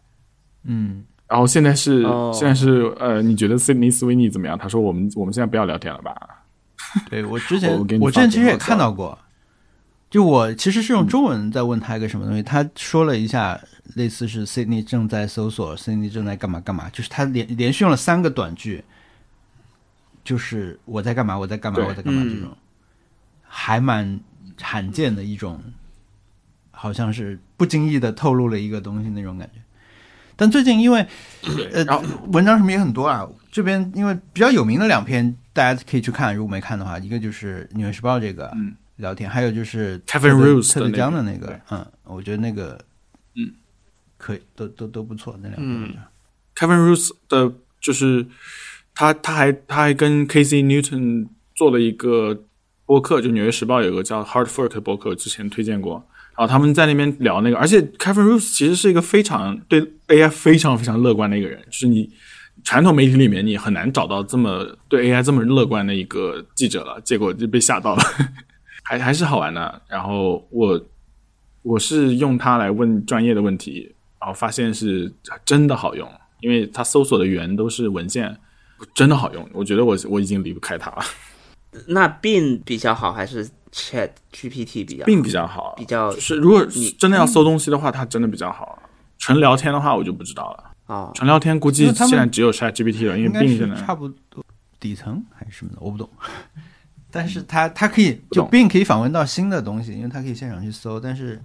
[SPEAKER 2] 嗯，
[SPEAKER 3] 然后现在是、
[SPEAKER 1] 哦
[SPEAKER 3] 现在是呃，你觉得 Sydney Sweeney 怎么样？他说我们我们现在不要聊天了吧？
[SPEAKER 1] 呃
[SPEAKER 2] 对我之前
[SPEAKER 3] 我给你
[SPEAKER 2] 我之
[SPEAKER 3] 发
[SPEAKER 2] 前
[SPEAKER 3] 给
[SPEAKER 2] 其实
[SPEAKER 3] 我的
[SPEAKER 2] 也看到过，就我其实是用中文在问他一个什么东西，他说了一下类似是 Sydney 正在搜索，Sydney 正在干嘛干嘛，就是他连连续用了三个短句，就是我在干嘛，我在干嘛，
[SPEAKER 3] 对
[SPEAKER 2] 我在干嘛
[SPEAKER 1] 嗯
[SPEAKER 2] 这种，还蛮罕见的一种，好像是不经意的透露了一个东西那种感觉。但最近因为呃
[SPEAKER 3] 然后
[SPEAKER 2] 文章什么也很多啊，这边因为比较有名的两篇，大家可以去看，如果没看的话，一个就是《纽约时报》这个
[SPEAKER 3] 嗯
[SPEAKER 2] 聊天，还有就是
[SPEAKER 3] Kevin
[SPEAKER 2] 特德
[SPEAKER 3] Rose
[SPEAKER 2] 特
[SPEAKER 3] 的
[SPEAKER 2] 德
[SPEAKER 3] 那
[SPEAKER 2] 江
[SPEAKER 3] 个
[SPEAKER 2] 的那个
[SPEAKER 3] 对，
[SPEAKER 2] 嗯，我觉得那个
[SPEAKER 3] 嗯
[SPEAKER 2] 可以，都都都不错，那两篇
[SPEAKER 1] 嗯
[SPEAKER 2] 文章
[SPEAKER 3] Kevin Roos 的，就是他他还他还跟 Casey Newton 做了一个播客，就《纽约时报》有个叫 Hard Fork 的播客，之前推荐过。然后他们在那边聊那个，而且 Kevin Roos 其实是一个非常对 AI 非常非常乐观的一个人，就是你传统媒体里面你很难找到这么对 AI 这么乐观的一个记者了，结果就被吓到了， 还还是好玩的。然后我我是用它来问专业的问题，然后哦发现是真的好用，因为它搜索的源都是文件，真的好用。我觉得我我已经离不开它了，
[SPEAKER 1] 那 Bing 比较好还是 Chat GPT 比较好
[SPEAKER 3] 并比较好，啊
[SPEAKER 1] 比较
[SPEAKER 3] 就是如果
[SPEAKER 1] 你嗯
[SPEAKER 3] 真的要搜东西的话，它真的比较好。啊纯聊天的话，我就不知道了。
[SPEAKER 1] 哦？
[SPEAKER 3] 纯聊天估计
[SPEAKER 2] 那他们
[SPEAKER 3] 现在只有 Chat GPT 了，因为
[SPEAKER 2] 应该
[SPEAKER 3] 并
[SPEAKER 2] 是
[SPEAKER 3] 现在
[SPEAKER 2] 差不多底层还是什么的，我 不懂。但是它它可以
[SPEAKER 3] 不
[SPEAKER 2] 就
[SPEAKER 3] 懂
[SPEAKER 2] 并可以访问到新的东西，因为它可以现场去搜。但是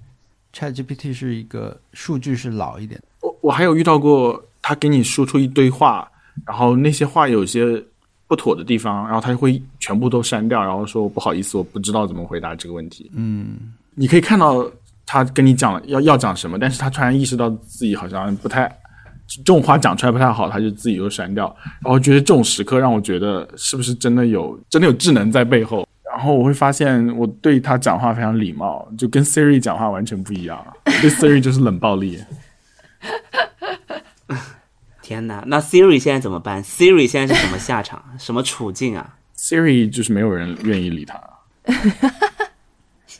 [SPEAKER 2] ChatGPT 是一个数据是老一点的，
[SPEAKER 3] 我我还有遇到过，他给你输出一堆话，然后那些话有些不妥的地方，然后他就会全部都删掉，然后说不好意思，我不知道怎么回答这个问题。嗯，你可以看到他跟你讲了要要讲什么，但是他突然意识到自己好像不太这种话讲出来不太好，他就自己又删掉。然后觉得这种时刻让我觉得是不是真的有真的有智能在背后。然后我会发现，我对他讲话非常礼貌，就跟 Siri 讲话完全不一样。啊我对 Siri 就是冷暴力。
[SPEAKER 1] 天哪，那 Siri 现在怎么办？Siri 现在是什么下 场？什么处境啊？
[SPEAKER 3] Siri 就是没有人愿意理他。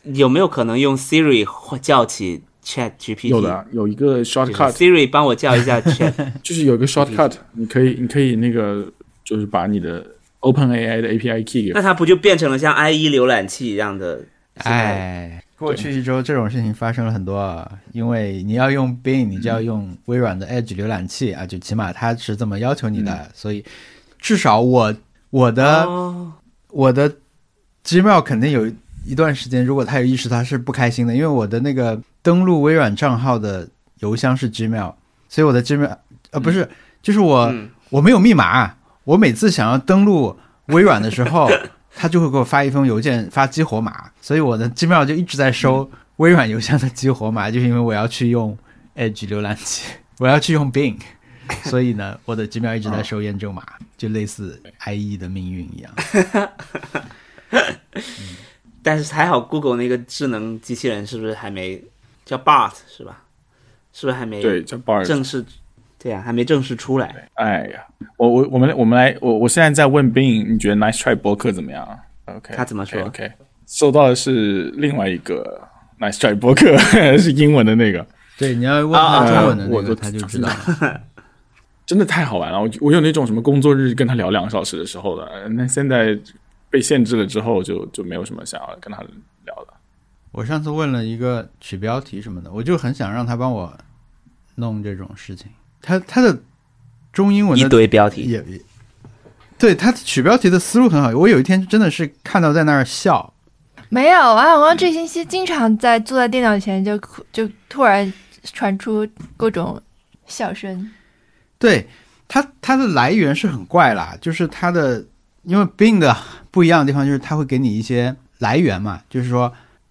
[SPEAKER 1] 有没有可能用 Siri 或叫起 Chat GPT？
[SPEAKER 3] 有的啊有一个
[SPEAKER 1] 就是
[SPEAKER 3] shortcut，
[SPEAKER 1] Siri 帮我叫一 下 Chat，
[SPEAKER 3] 就是有一个 shortcut，你可以你可以那个就是把你的 Open AI 的 API key 给
[SPEAKER 1] 那它不就变成了像 IE 浏览器一样的？现在，
[SPEAKER 2] 哎，过去一周这种事情发生了很多，啊，因为你要用 Bing，你就要用微软的 Edge 浏览器啊，就起码它是这么要求你的，所以至少我我的、
[SPEAKER 1] 哦，
[SPEAKER 2] 我的 Gmail 肯定有一段时间，如果他有意识，他是不开心的，因为我的那个登录微软账号的邮箱是 Gmail，所以我的 Gmail 呃不是，就是我、
[SPEAKER 1] 嗯
[SPEAKER 2] 我没有密码，我每次想要登录微软的时候， 他就会给我发一封邮件发激活码，所以我的 Gmail 就一直在收微软邮箱的激活码，就是因为我要去用 Edge 浏览器，我要去用 Bing。所以呢，我的 Gmail 一直在收验证码，就类似 IE 的命运一样。
[SPEAKER 1] 但是还好 Google 那个智能机器人是不是还没叫 Bart 是吧？是不是还没
[SPEAKER 3] 对叫 Bard。
[SPEAKER 1] 正式？对啊呀、还没正式出来。
[SPEAKER 3] 哎呀，我我我们我们来，我我现在在问 Bing，你觉得 Nice Try 博客怎么样？OK，啊
[SPEAKER 1] 他怎么说
[SPEAKER 3] o k 收到的是另外一个 Nice Try 博客， 是英文的那个。
[SPEAKER 2] 对，你要问
[SPEAKER 1] 啊
[SPEAKER 2] 他中文
[SPEAKER 3] 啊
[SPEAKER 2] 的
[SPEAKER 3] 我
[SPEAKER 2] 那
[SPEAKER 3] 就
[SPEAKER 2] 个，他就知道了。
[SPEAKER 3] 真的太好玩了。我我有那种什么工作日跟他聊两个小时的时候的，呃那现在被限制了之后就，就没有什么想要跟他聊的。
[SPEAKER 2] 我上次问了一个取标题什么的，我就很想让他帮我弄这种事情。他他的中英文
[SPEAKER 1] 一
[SPEAKER 2] 的
[SPEAKER 1] 堆标题，
[SPEAKER 2] 也也对他取标题的思路很好。我有一天真的是看到在那儿笑，
[SPEAKER 4] 没有啊王小光这星期经常在坐在电脑前就哭就突然传出各种笑声。
[SPEAKER 2] 对它它的来源是很怪啦，就是它的因为 Bing 的不一样的地方就是它会给你一些来源嘛，就是说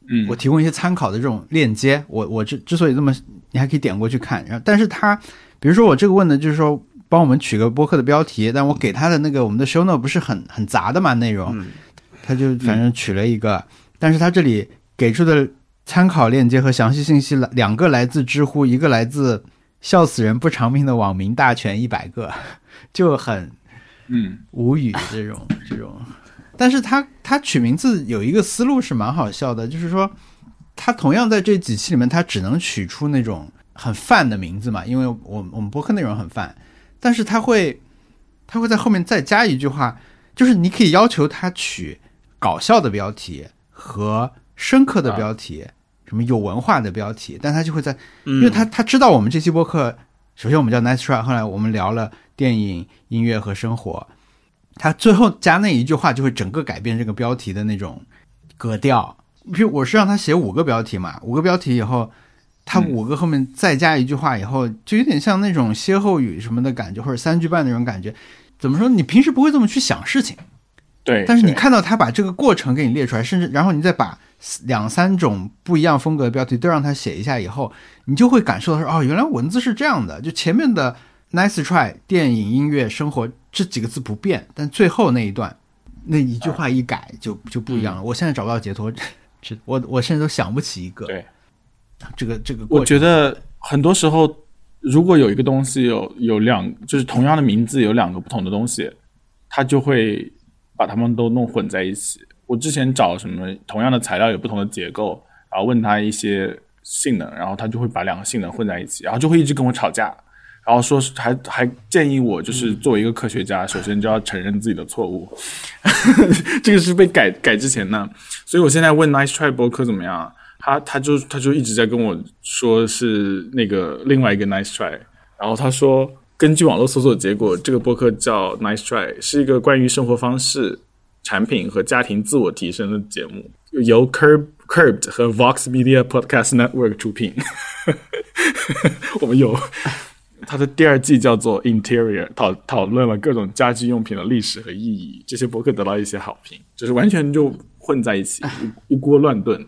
[SPEAKER 3] 嗯
[SPEAKER 2] 我提供一些参考的这种链接，我我之之所以这么，你还可以点过去看。然后，但是它，比如说我这个问的就是说帮我们取个播客的标题，但我给它的那个我们的 show note 不是很很杂的嘛内容，
[SPEAKER 1] 嗯，
[SPEAKER 2] 它就反正取了一个，但是它这里给出的参考链接和详细信息来两个来自知乎，一个来自笑死人不偿命的网民大全一百个， 就很
[SPEAKER 3] 嗯，
[SPEAKER 2] 无语这种这种。但是他他取名字有一个思路是蛮好笑的，就是说他同样在这几期里面，他只能取出那种很泛的名字嘛，因为我我们播客内容很泛，但是他会他会在后面再加一句话，就是你可以要求他取搞笑的标题和深刻的
[SPEAKER 3] 啊
[SPEAKER 2] 标题，什么有文化的标题，但他就会在
[SPEAKER 1] 因
[SPEAKER 2] 因为他他知道我们这期播客，首先我们叫 Nice Try，后来我们聊了电影、音乐和生活，他最后加那一句话，就会整个改变这个标题的那种格调。比如我是让他写五个标题嘛，五个标题以后，它五个后面再加一句话以后，就有点像那种歇后语什么的感觉，或者三句半那种感觉。怎么说？你平时不会这么去想事情，
[SPEAKER 3] 对，
[SPEAKER 2] 但是你
[SPEAKER 3] 对
[SPEAKER 2] 看到他把这个过程给你列出来，甚至然后你再把两三种不一样风格的标题都让他写一下以后，你就会感受到说，哦，原来文字是这样的。就前面的 nice try 电影、音乐、生活这几个字不变，但最后那一段那一句话一改
[SPEAKER 3] 嗯
[SPEAKER 2] 就就不一样了。我现在找不到解脱， 这我我甚至都想不起一个。
[SPEAKER 3] 对，
[SPEAKER 2] 这个这个过
[SPEAKER 3] 我
[SPEAKER 2] 程
[SPEAKER 3] 觉得很多时候，如果有一个东西有有两，就是同样的名字有两个不同的东西，它就会把它们都弄混在一起。我之前找什么同样的材料有不同的结构，然后问他一些性能，然后他就会把两个性能混在一起，然后就会一直跟我吵架，然后说是还还建议我就是作为一个科学家，首先就要承认自己的错误。 这个是被改改之前呢，所以我现在问 Nice Try 博客怎么样，啊他他就他就一直在跟我说是那个另外一个 Nice Try，然后他说根据网络搜索结果，这个博客叫 Nice Try，是一个关于生活方式、产品和家庭自我提升的节目，由 Curb Curbed 和 Vox Media Podcast Network 出品。 我们有它的第二季叫做 Interior，讨讨论了各种家居用品的历史和意义。这些博客得到一些好评，就是完全就混在一起，一一锅乱炖。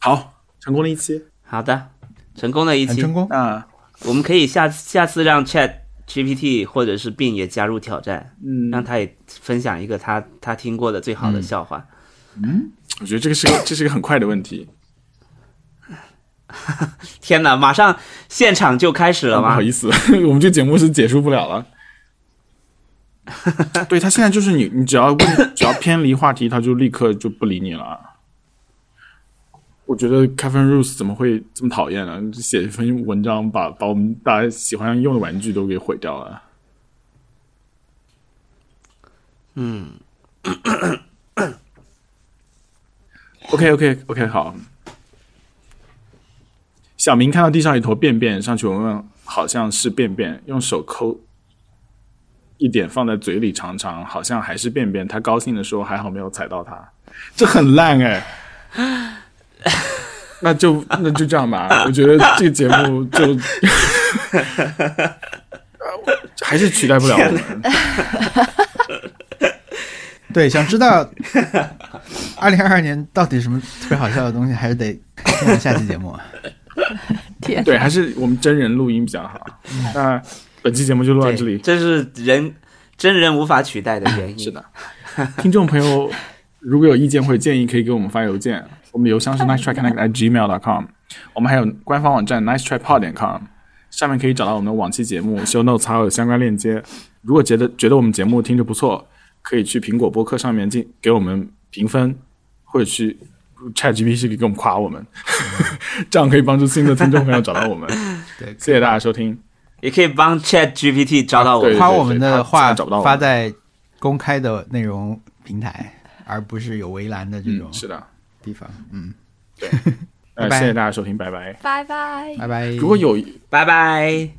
[SPEAKER 3] 好，成功了一期。
[SPEAKER 1] 好的，成功的一
[SPEAKER 2] 很
[SPEAKER 1] 期
[SPEAKER 2] 成， 功。
[SPEAKER 3] 那
[SPEAKER 1] 我们可以下下次让 Chat GPT 或者是 Bing 也加入挑战，
[SPEAKER 3] 嗯，
[SPEAKER 1] 让他也分享一个他他听过的最好的笑话。
[SPEAKER 3] 我觉得这个是个这是个很快的问题，
[SPEAKER 1] 天哪，马上现场就开始了
[SPEAKER 3] 不
[SPEAKER 1] 吗
[SPEAKER 3] 哦好？意思， 我们这个节目是结束不了了。对他现在就是你，你只要问，只要偏离话题，他就立刻就不理你了。我觉得 Kevin Rose 怎么会这么讨厌呢？写一篇文章把把我们大家喜欢用的玩具都给毁掉了。 嗯。OK OK OK 好。小明看到地上一坨便便，上去闻闻，好像是便便，用手抠一点放在嘴里尝尝，好像还是便便。他高兴的说：“还好没有踩到它。”这很烂哎、那就那就这样吧，我觉得这个节目就 还是取代不了我们。
[SPEAKER 2] 对，想知道 二零二二年到底什么特别好笑的东西，还是得听我们下期节目啊。
[SPEAKER 4] 天，
[SPEAKER 3] 对，还是我们真人录音比较好。那本期节目就录到这
[SPEAKER 1] 对，
[SPEAKER 3] 里。
[SPEAKER 1] 这是人真人无法取代的原因。
[SPEAKER 3] 是的，听众朋友如果有意见或者建议，可以给我们发邮件，我们的邮箱是 nice try connect at gmail com，我们还有官方网站 nice try pod 点 com，上面可以找到我们的往期节目、show notes 还有相关链接。如果觉得觉得我们节目听着不错，可以去苹果播客上面进给我们评分，或者去 Chat GPT 给我们夸我们， 这样可以帮助新的听众朋友找到我们。
[SPEAKER 2] 对，
[SPEAKER 3] 谢谢大家收听，
[SPEAKER 1] 也可以帮 Chat GPT 找到我。
[SPEAKER 3] 啊对
[SPEAKER 2] 夸我们的
[SPEAKER 3] 他
[SPEAKER 2] 话
[SPEAKER 3] 找不到我们
[SPEAKER 2] 发在公开的内容平台，而不是有围栏的这种
[SPEAKER 3] 嗯，是的，
[SPEAKER 2] 地方。嗯
[SPEAKER 3] 呃，
[SPEAKER 2] 拜拜
[SPEAKER 3] 谢谢大家收听，拜拜。
[SPEAKER 4] 拜拜。
[SPEAKER 2] 拜拜。
[SPEAKER 3] 如果有
[SPEAKER 1] 拜拜。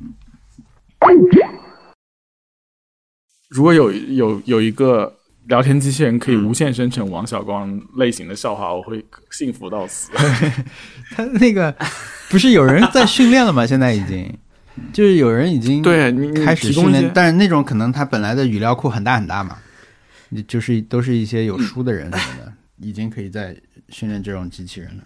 [SPEAKER 3] 如果有有有一个聊天机器人可以无限生成王小光类型的笑话，我会幸福到 死。
[SPEAKER 2] 他 那个不是有人在训练了吗？现在已经 就是有人已经
[SPEAKER 3] 对你你
[SPEAKER 2] 开始
[SPEAKER 3] 提供
[SPEAKER 2] 训
[SPEAKER 3] 一
[SPEAKER 2] 练
[SPEAKER 3] 些，，
[SPEAKER 2] 但是那种可能他本来的语料库很大很大嘛， 就是都是一些有书的人什么的，已经可以在训练这种机器人了。